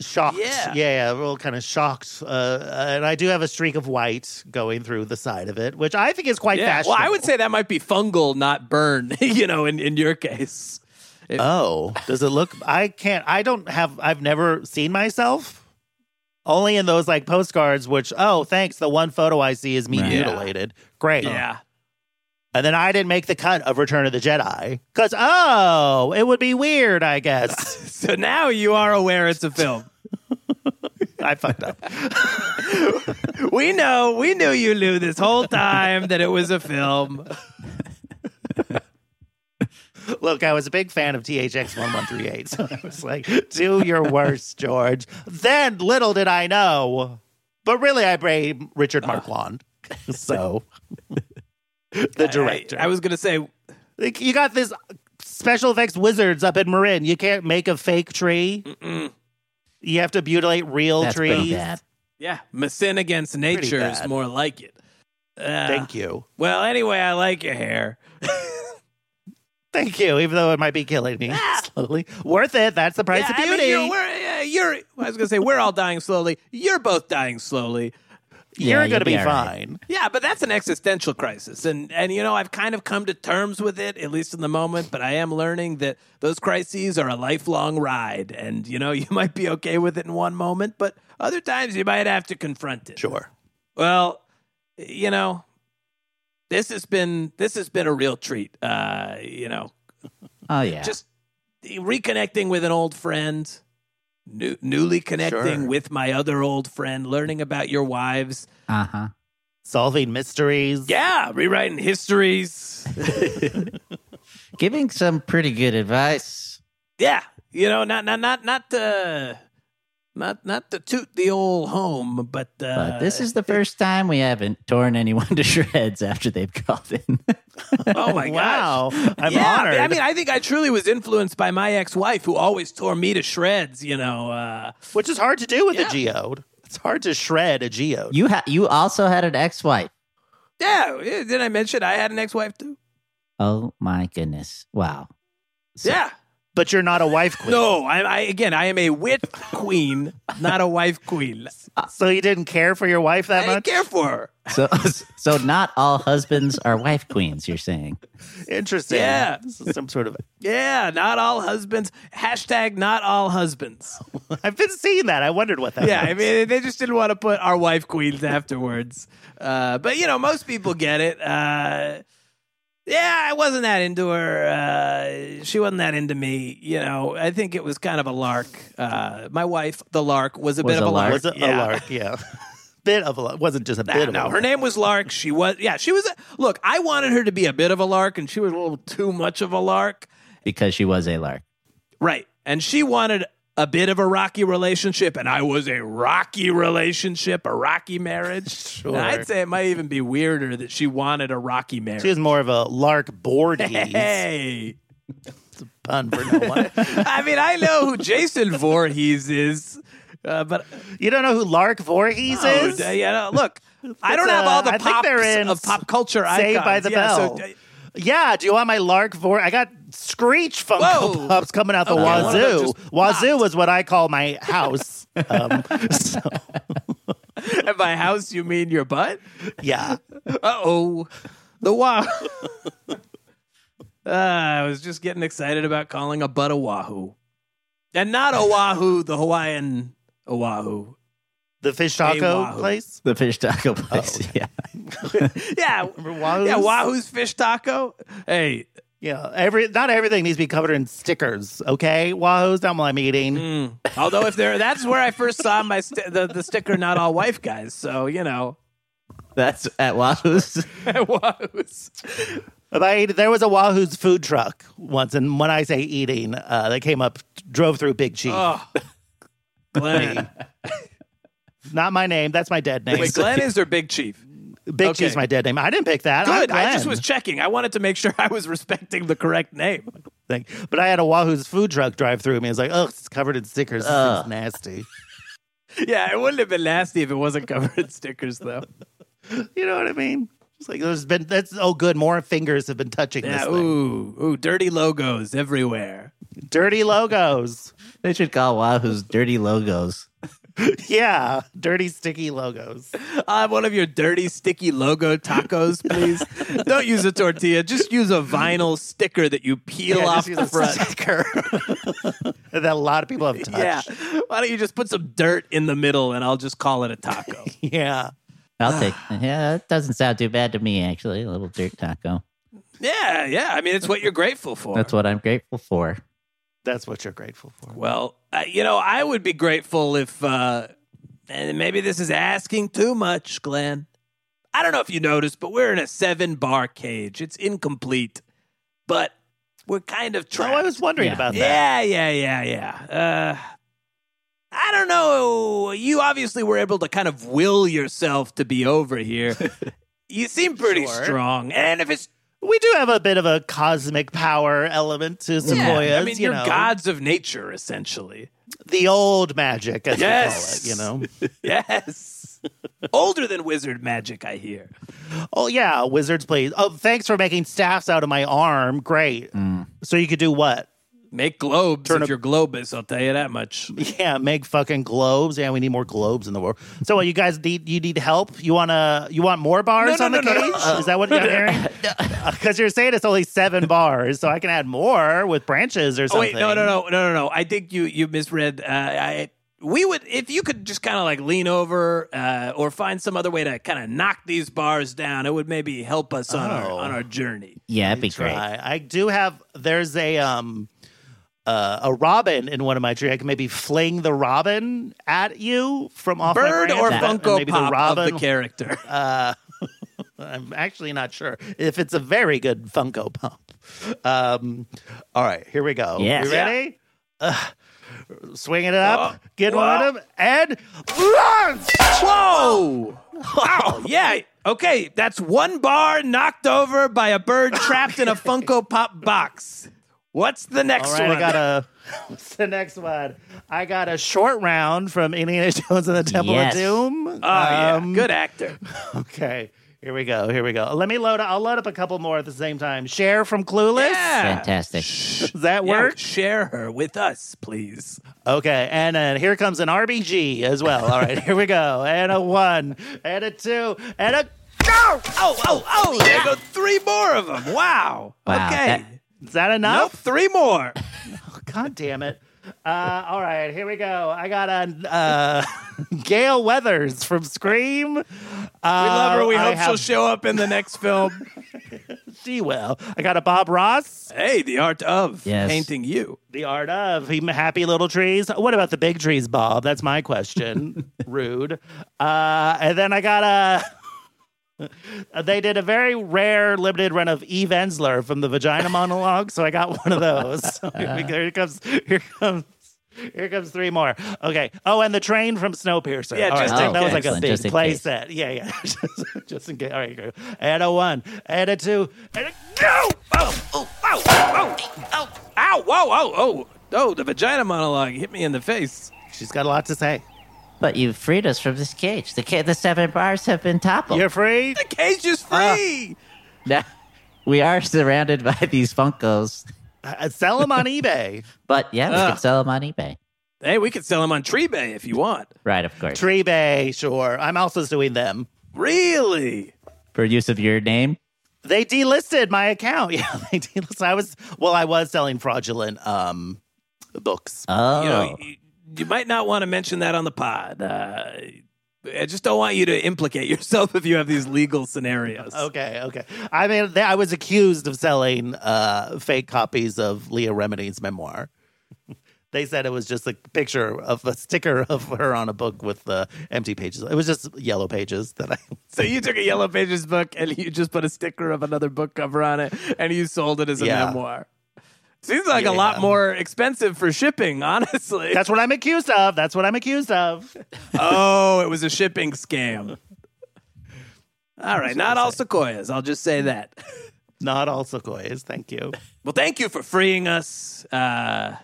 shocked.
Yeah.
Yeah, yeah, real kind of shocked. Uh, uh, and I do have a streak of white going through the side of it, which I think is quite
Yeah.
fashionable.
Well, I would say that might be fungal, not burn, you know, in, in your case.
Oh, does it look? I can't. I don't have. I've never seen myself. Only in those like postcards, which oh, thanks. The one photo I see is me
Right.
Yeah.
mutilated. Great.
Yeah.
And then I didn't make the cut of Return of the Jedi because oh, it would be weird. I guess
So now you are aware it's a film.
I fucked up.
we know, we knew you knew this whole time that it was a film.
Look, I was a big fan of THX 1138. So I was like, do your worst, George. Then little did I know. But really, I blame Richard Marquand. So, the director.
I, I was going to say,
Like, you got this special effects wizards up in Marin. You can't make a fake tree. You have to mutilate real
That's pretty
trees.
bad.
yeah, my sin against nature is
bad.
more like it. Uh,
Thank you.
Well, anyway, I like your hair.
Thank you, even though it might be killing me slowly. Worth it. That's the price
Ah. Yeah,
of
I mean,
beauty.
you're, we're, uh, you're, I was going to say, we're all dying slowly. You're both dying slowly.
Yeah,
you're
you'll
going to
be
be,
all right.
fine.
Yeah, but that's an existential crisis, and and you know I've kind of come to terms with it, at least in the moment. But I am learning that those crises are a lifelong ride, and you know you might be okay with it in one moment, but other times you might have to confront it.
Sure.
Well, you know, this has been this has been a real treat. Uh, you know,
Oh, yeah.
just reconnecting with an old friend new, newly connecting
Sure.
with my other old friend learning about your wives
uh huh.
Solving mysteries.
yeah rewriting histories
Giving some pretty good advice.
yeah you know not not not not to not not to toot the old home but uh
But this is the first time we haven't torn anyone to shreds after they've called in.
oh my gosh
wow. I'm
Yeah,
honored.
I mean, I think I truly was influenced by my ex-wife, who always tore me to shreds. You know, uh,
Which is hard to do with a geode. It's hard to shred a geode.
you ha- you also had an ex-wife.
yeah. Did I mention I had an ex-wife too?
Oh my goodness! Wow. So-
yeah.
but you're not a wife queen.
No, I, I again, I am a wit queen, not a wife queen.
So you didn't care for your wife
I
that
didn't
much?
care for her.
So so not all husbands are wife queens. You're saying?
Interesting.
Yeah.
This is some sort of
Yeah, not all husbands. Hashtag not all husbands.
I've been seeing that. I wondered what that
Yeah, I
meant.
mean, they just didn't want to put our wife queens afterwards. Uh, but you know, most people get it. Uh, yeah, I wasn't that into her. Uh, she wasn't that into me. You know, I think it was kind of a lark. Uh, my wife, the lark, was a
Was
bit
a
of a lark.
lark?
was a,
Yeah.
a lark, yeah. bit of a lark. Wasn't just a
Nah,
bit of a
no,
lark.
her name was Lark. She was, yeah, she was. A, look, I wanted her to be a bit of a lark, and she was a little too much of a lark.
Because she was a lark.
Right. And she wanted a bit of a rocky relationship, and I was a rocky relationship, a rocky marriage.
Sure.
And I'd say it might even be weirder that she wanted a rocky marriage.
She was more of a lark Borgies
hey.
pun for no one.
I mean, I know who Jason Voorhees is, uh, but
you don't know who Lark Voorhees
Oh,
is?
d- yeah, no, look, I don't have all the
uh, I think
pops
they're in
of pop culture
Saved
icons.
by the
Yeah, so,
Bell.
uh,
yeah, do you want my Lark Vor? I got Screech Funko
Whoa.
Pops coming out the
Okay, one of those
wazoo.
just
Wazoo is what I call my house. um, so,
At my house, you mean your butt?
yeah.
Uh oh. The Wahoo. uh, I was just getting excited about calling a butt a Wahoo. And not Oahu, the Hawaiian Oahu.
The fish taco
Wahoo.
place?
The fish
Oh,
taco place. Yeah.
Yeah.
Remember Wahoo's?
Yeah, Wahoo's fish taco. Hey,
Yeah, every not everything needs to be covered in stickers. Okay, Wahoo's not what I'm eating.
mm. although if there, that's where I first saw my st- the, the sticker, not all wife guys. So you know,
That's at Wahoo's.
Wahoo's.
If I ate, there was a Wahoo's food truck once, and when I say eating, uh, they came up, drove through Big Chief.
Oh, Glenn.
Not my name. That's my dead name.
Wait, Glenn is their big chief.
Big
okay.
G's my dead name. I didn't pick that. I'm
Good. I just
Glenn.
was checking. I wanted to make sure I was respecting the correct name.
thing. But I had a Wahoo's food truck drive through me. It's like, oh, it's covered in stickers. This
Ugh.
thing's nasty.
Yeah, it wouldn't have been nasty if it wasn't covered in stickers, though.
You know what I mean? It's like there's been that's oh good. More fingers have been touching this
Yeah,
thing.
ooh, ooh, dirty logos everywhere.
Dirty logos.
They should call Wahoo's dirty logos.
yeah, dirty sticky logos.
I'll have one of your dirty, sticky logo tacos, please. Don't use a tortilla. Just use a vinyl sticker that you peel
Yeah,
off
just
the
use a
front.
sticker that a lot of people have touched.
Yeah. Why don't you just put some dirt in the middle and I'll just call it a taco?
Yeah.
I'll take. yeah, that doesn't sound too bad to me. Actually, a little dirt taco.
yeah, yeah. I mean, it's what you're grateful for.
That's what I'm grateful for.
That's what you're grateful for.
Well, I, you know, I would be grateful if, uh, and maybe this is asking too much, Glenn. I don't know if you noticed, but we're in a seven bar cage. It's incomplete, but we're kind of
So
trapped.
Oh, I was wondering
Yeah.
about that.
Yeah, yeah, yeah, yeah. Uh, I don't know. You obviously were able to kind of will yourself to be over here. you seem pretty
Sure.
strong, and if it's
We do have a bit of a cosmic power element to sequoias.
yeah, I mean,
you
you're
know,
gods of nature, essentially.
the old magic, as
Yes.
we call it. You know.
Yes, older than wizard magic, I hear.
Oh yeah, wizards please. Oh, thanks for making staffs out of my arm. Great.
Mm.
So you could do what?
Make globes
Turn
if
a-
you're globus. I'll tell you that much.
Yeah, make fucking globes. Yeah, we need more globes in the world. So what, you guys need you need help? You wanna you want more bars
No,
on
no,
the
no, no.
cage? Is that what you're hearing? Because you're saying it's only seven bars, so I can add more with branches or
Oh, wait,
something.
no, no, no, no, no, no. I think you you misread. Uh, I we would if you could just kind of like lean over uh, or find some other way to kind of knock these bars down. It would maybe help us on our
Oh.
on our journey.
Yeah, that'd be great.
Try. I do have there's a um uh, a robin in one of my trees. I can maybe fling the robin at you from off my
Bird
branch,
or
and
Funko
maybe
Pop
the robin
of the character.
Uh, I'm actually not sure if it's a very good Funko Pump. Um, all right, here we go.
Yes.
You ready? Uh, swinging it up,
Whoa.
get
Whoa.
one of them, and launch! oh.
Whoa! Wow! Yeah. Okay, that's one bar knocked over by a bird trapped in a Funko Pop box. What's the next
All right,
one?
I got a. What's the next one? I got a short round from Indiana Jones and the Temple
Yes.
of Doom.
Oh, yeah.
Um,
Good actor.
Okay, here we go. Here we go. Let me load. I'll load up a couple more at the same time. Share from Clueless.
Yeah.
Fantastic.
Does that
Yeah,
work?
share her with us, please.
Okay, and then here comes an RBG as well. All right, here we go. And a one, and a two, and a go.
Oh, oh, oh! There go three more of them. Wow.
Wow,
okay.
that-
Is that
Nope,
enough?
three more.
God damn it! Uh, all right, here we go. I got a uh, Gail Weathers from Scream. Uh, we
We love her. We hope
have,
she'll show up in the next film.
she will. I got a Bob Ross,
hey, the art of
Yes.
painting you.
The Art of He- Happy Little Trees. What about the big trees, Bob? That's my question. Rude. Uh, and then I got a. Uh, They did a very rare limited run of Eve Ensler from the Vagina Monologue, so I got one of those. So here, we go. Here comes, here comes, here comes three more. Okay. Oh, and the train from Snowpiercer.
Yeah,
All
just in
that was like
case.
a big
Just in
play
case.
set. Yeah, yeah. just, just in case. All right. here we go. And a one, and a two, and a
Oh,
go.
oh, oh, oh, oh, ow, whoa, oh, oh, oh! The vagina monologue hit me in the face.
She's got a lot to say.
But you freed us from this cage. The ca- the seven bars have been toppled.
You're free.
The cage is free.
Now, we are surrounded by these Funkos,
Uh, sell them on eBay.
but yeah, we
Ugh.
can sell them on eBay.
hey, we could sell them on Treebay if you want.
Right, of course.
Tree Bay, sure. I'm also suing them.
Really?
For use of your name.
They delisted my account. Yeah, they delisted. I was well, I was selling fraudulent um books.
Oh,
You know, you, you might not want to mention that on the pod. Uh, I just don't want you to implicate yourself if you have these legal scenarios.
Okay, okay. I mean, they, I was accused of selling uh fake copies of Leah Remini's memoir. they said it was just a picture of a sticker of her on a book with uh, empty pages. It was just yellow pages that I
So you took a Yellow Pages book and you just put a sticker of another book cover on it and you sold it as a
Yeah.
memoir. Seems like a lot
Yeah.
more expensive for shipping, honestly.
That's what I'm accused of. That's what I'm accused of.
oh, it was a shipping scam. All right, not all sequoias. I'll just say that.
Not all sequoias. Thank you.
Well, thank you for freeing us. Uh,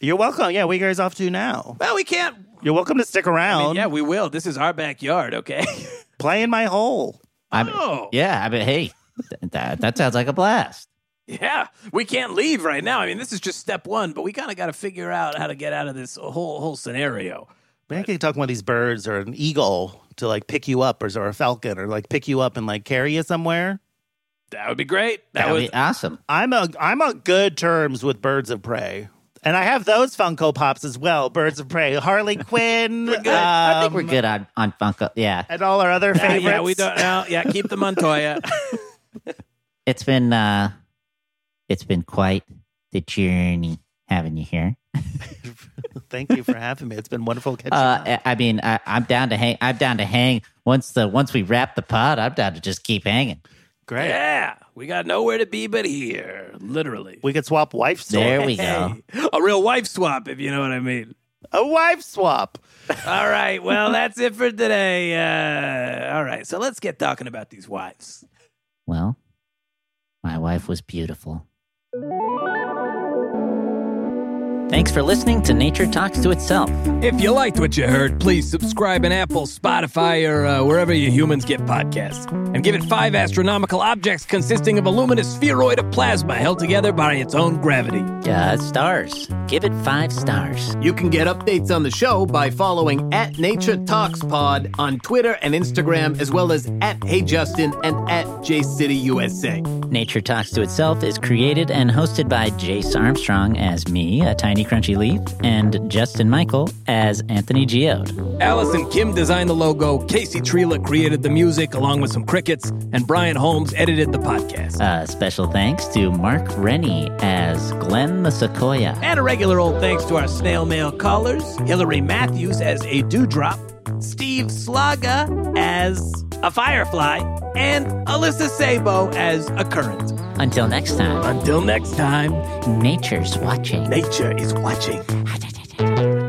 You're welcome. Yeah, where you guys off to now?
well, we can't.
You're welcome to stick around.
I mean, yeah, we will. This is our backyard, okay?
Play in my hole.
I mean,
oh,
yeah, I mean, hey, th- that that sounds like a blast.
yeah. We can't leave right now. I mean, this is just step one, but we kind of got to figure out how to get out of this whole whole scenario.
We I could talk about these birds or an eagle to like pick you up or, or a falcon or like pick you up and like carry you somewhere.
That would be great. That,
That, would
was
be awesome.
I'm a I'm on good terms with birds of prey. And I have those Funko Pops as well. Birds of Prey, Harley Quinn,
I think
um,
we're good on on Funko. Yeah,
and all our other
Yeah,
favorites.
yeah, we don't know. Yeah, keep the Montoya.
it's been uh, it's been quite the journey having you here.
Thank you for having me. It's been wonderful catching up.
Uh, I I mean, I, I'm down to hang. I'm down to hang once the once we wrap the pod. I'm down to just keep hanging.
Great.
yeah, we got nowhere to be but here, literally.
We could swap wife swap.
There we go.
Hey, a real wife swap, if you know what I mean.
A wife swap.
All right, well, that's it for today. Uh, all right, so let's get talking about these wives.
Well, my wife was beautiful. Thanks for listening to Nature Talks to Itself.
If you liked what you heard, please subscribe in Apple, Spotify, or uh, wherever you humans get podcasts. And give it five astronomical objects consisting of a luminous spheroid of plasma held together by its own gravity.
Uh, stars. Give it five stars.
You can get updates on the show by following at Nature Talks Pod on Twitter and Instagram, as well as at Hey Justin and at JCityUSA.
Nature Talks to Itself is created and hosted by Jace Armstrong as me, a tiny crunchy leaf, and Justin Michael as Anthony Geode.
Allison Kim designed the logo, Casey Trela created the music along with some crickets, and Brian Holmes edited the podcast.
Uh, special thanks to Mark Rennie as Glenn the Sequoia.
And a regular old thanks to our snail mail callers Hillary Matthews as a dewdrop, Steve Slaga as a firefly, and Alyssa Sabo as a current.
Until next time,
Until next time,
nature's watching.
nature is watching.
Nature.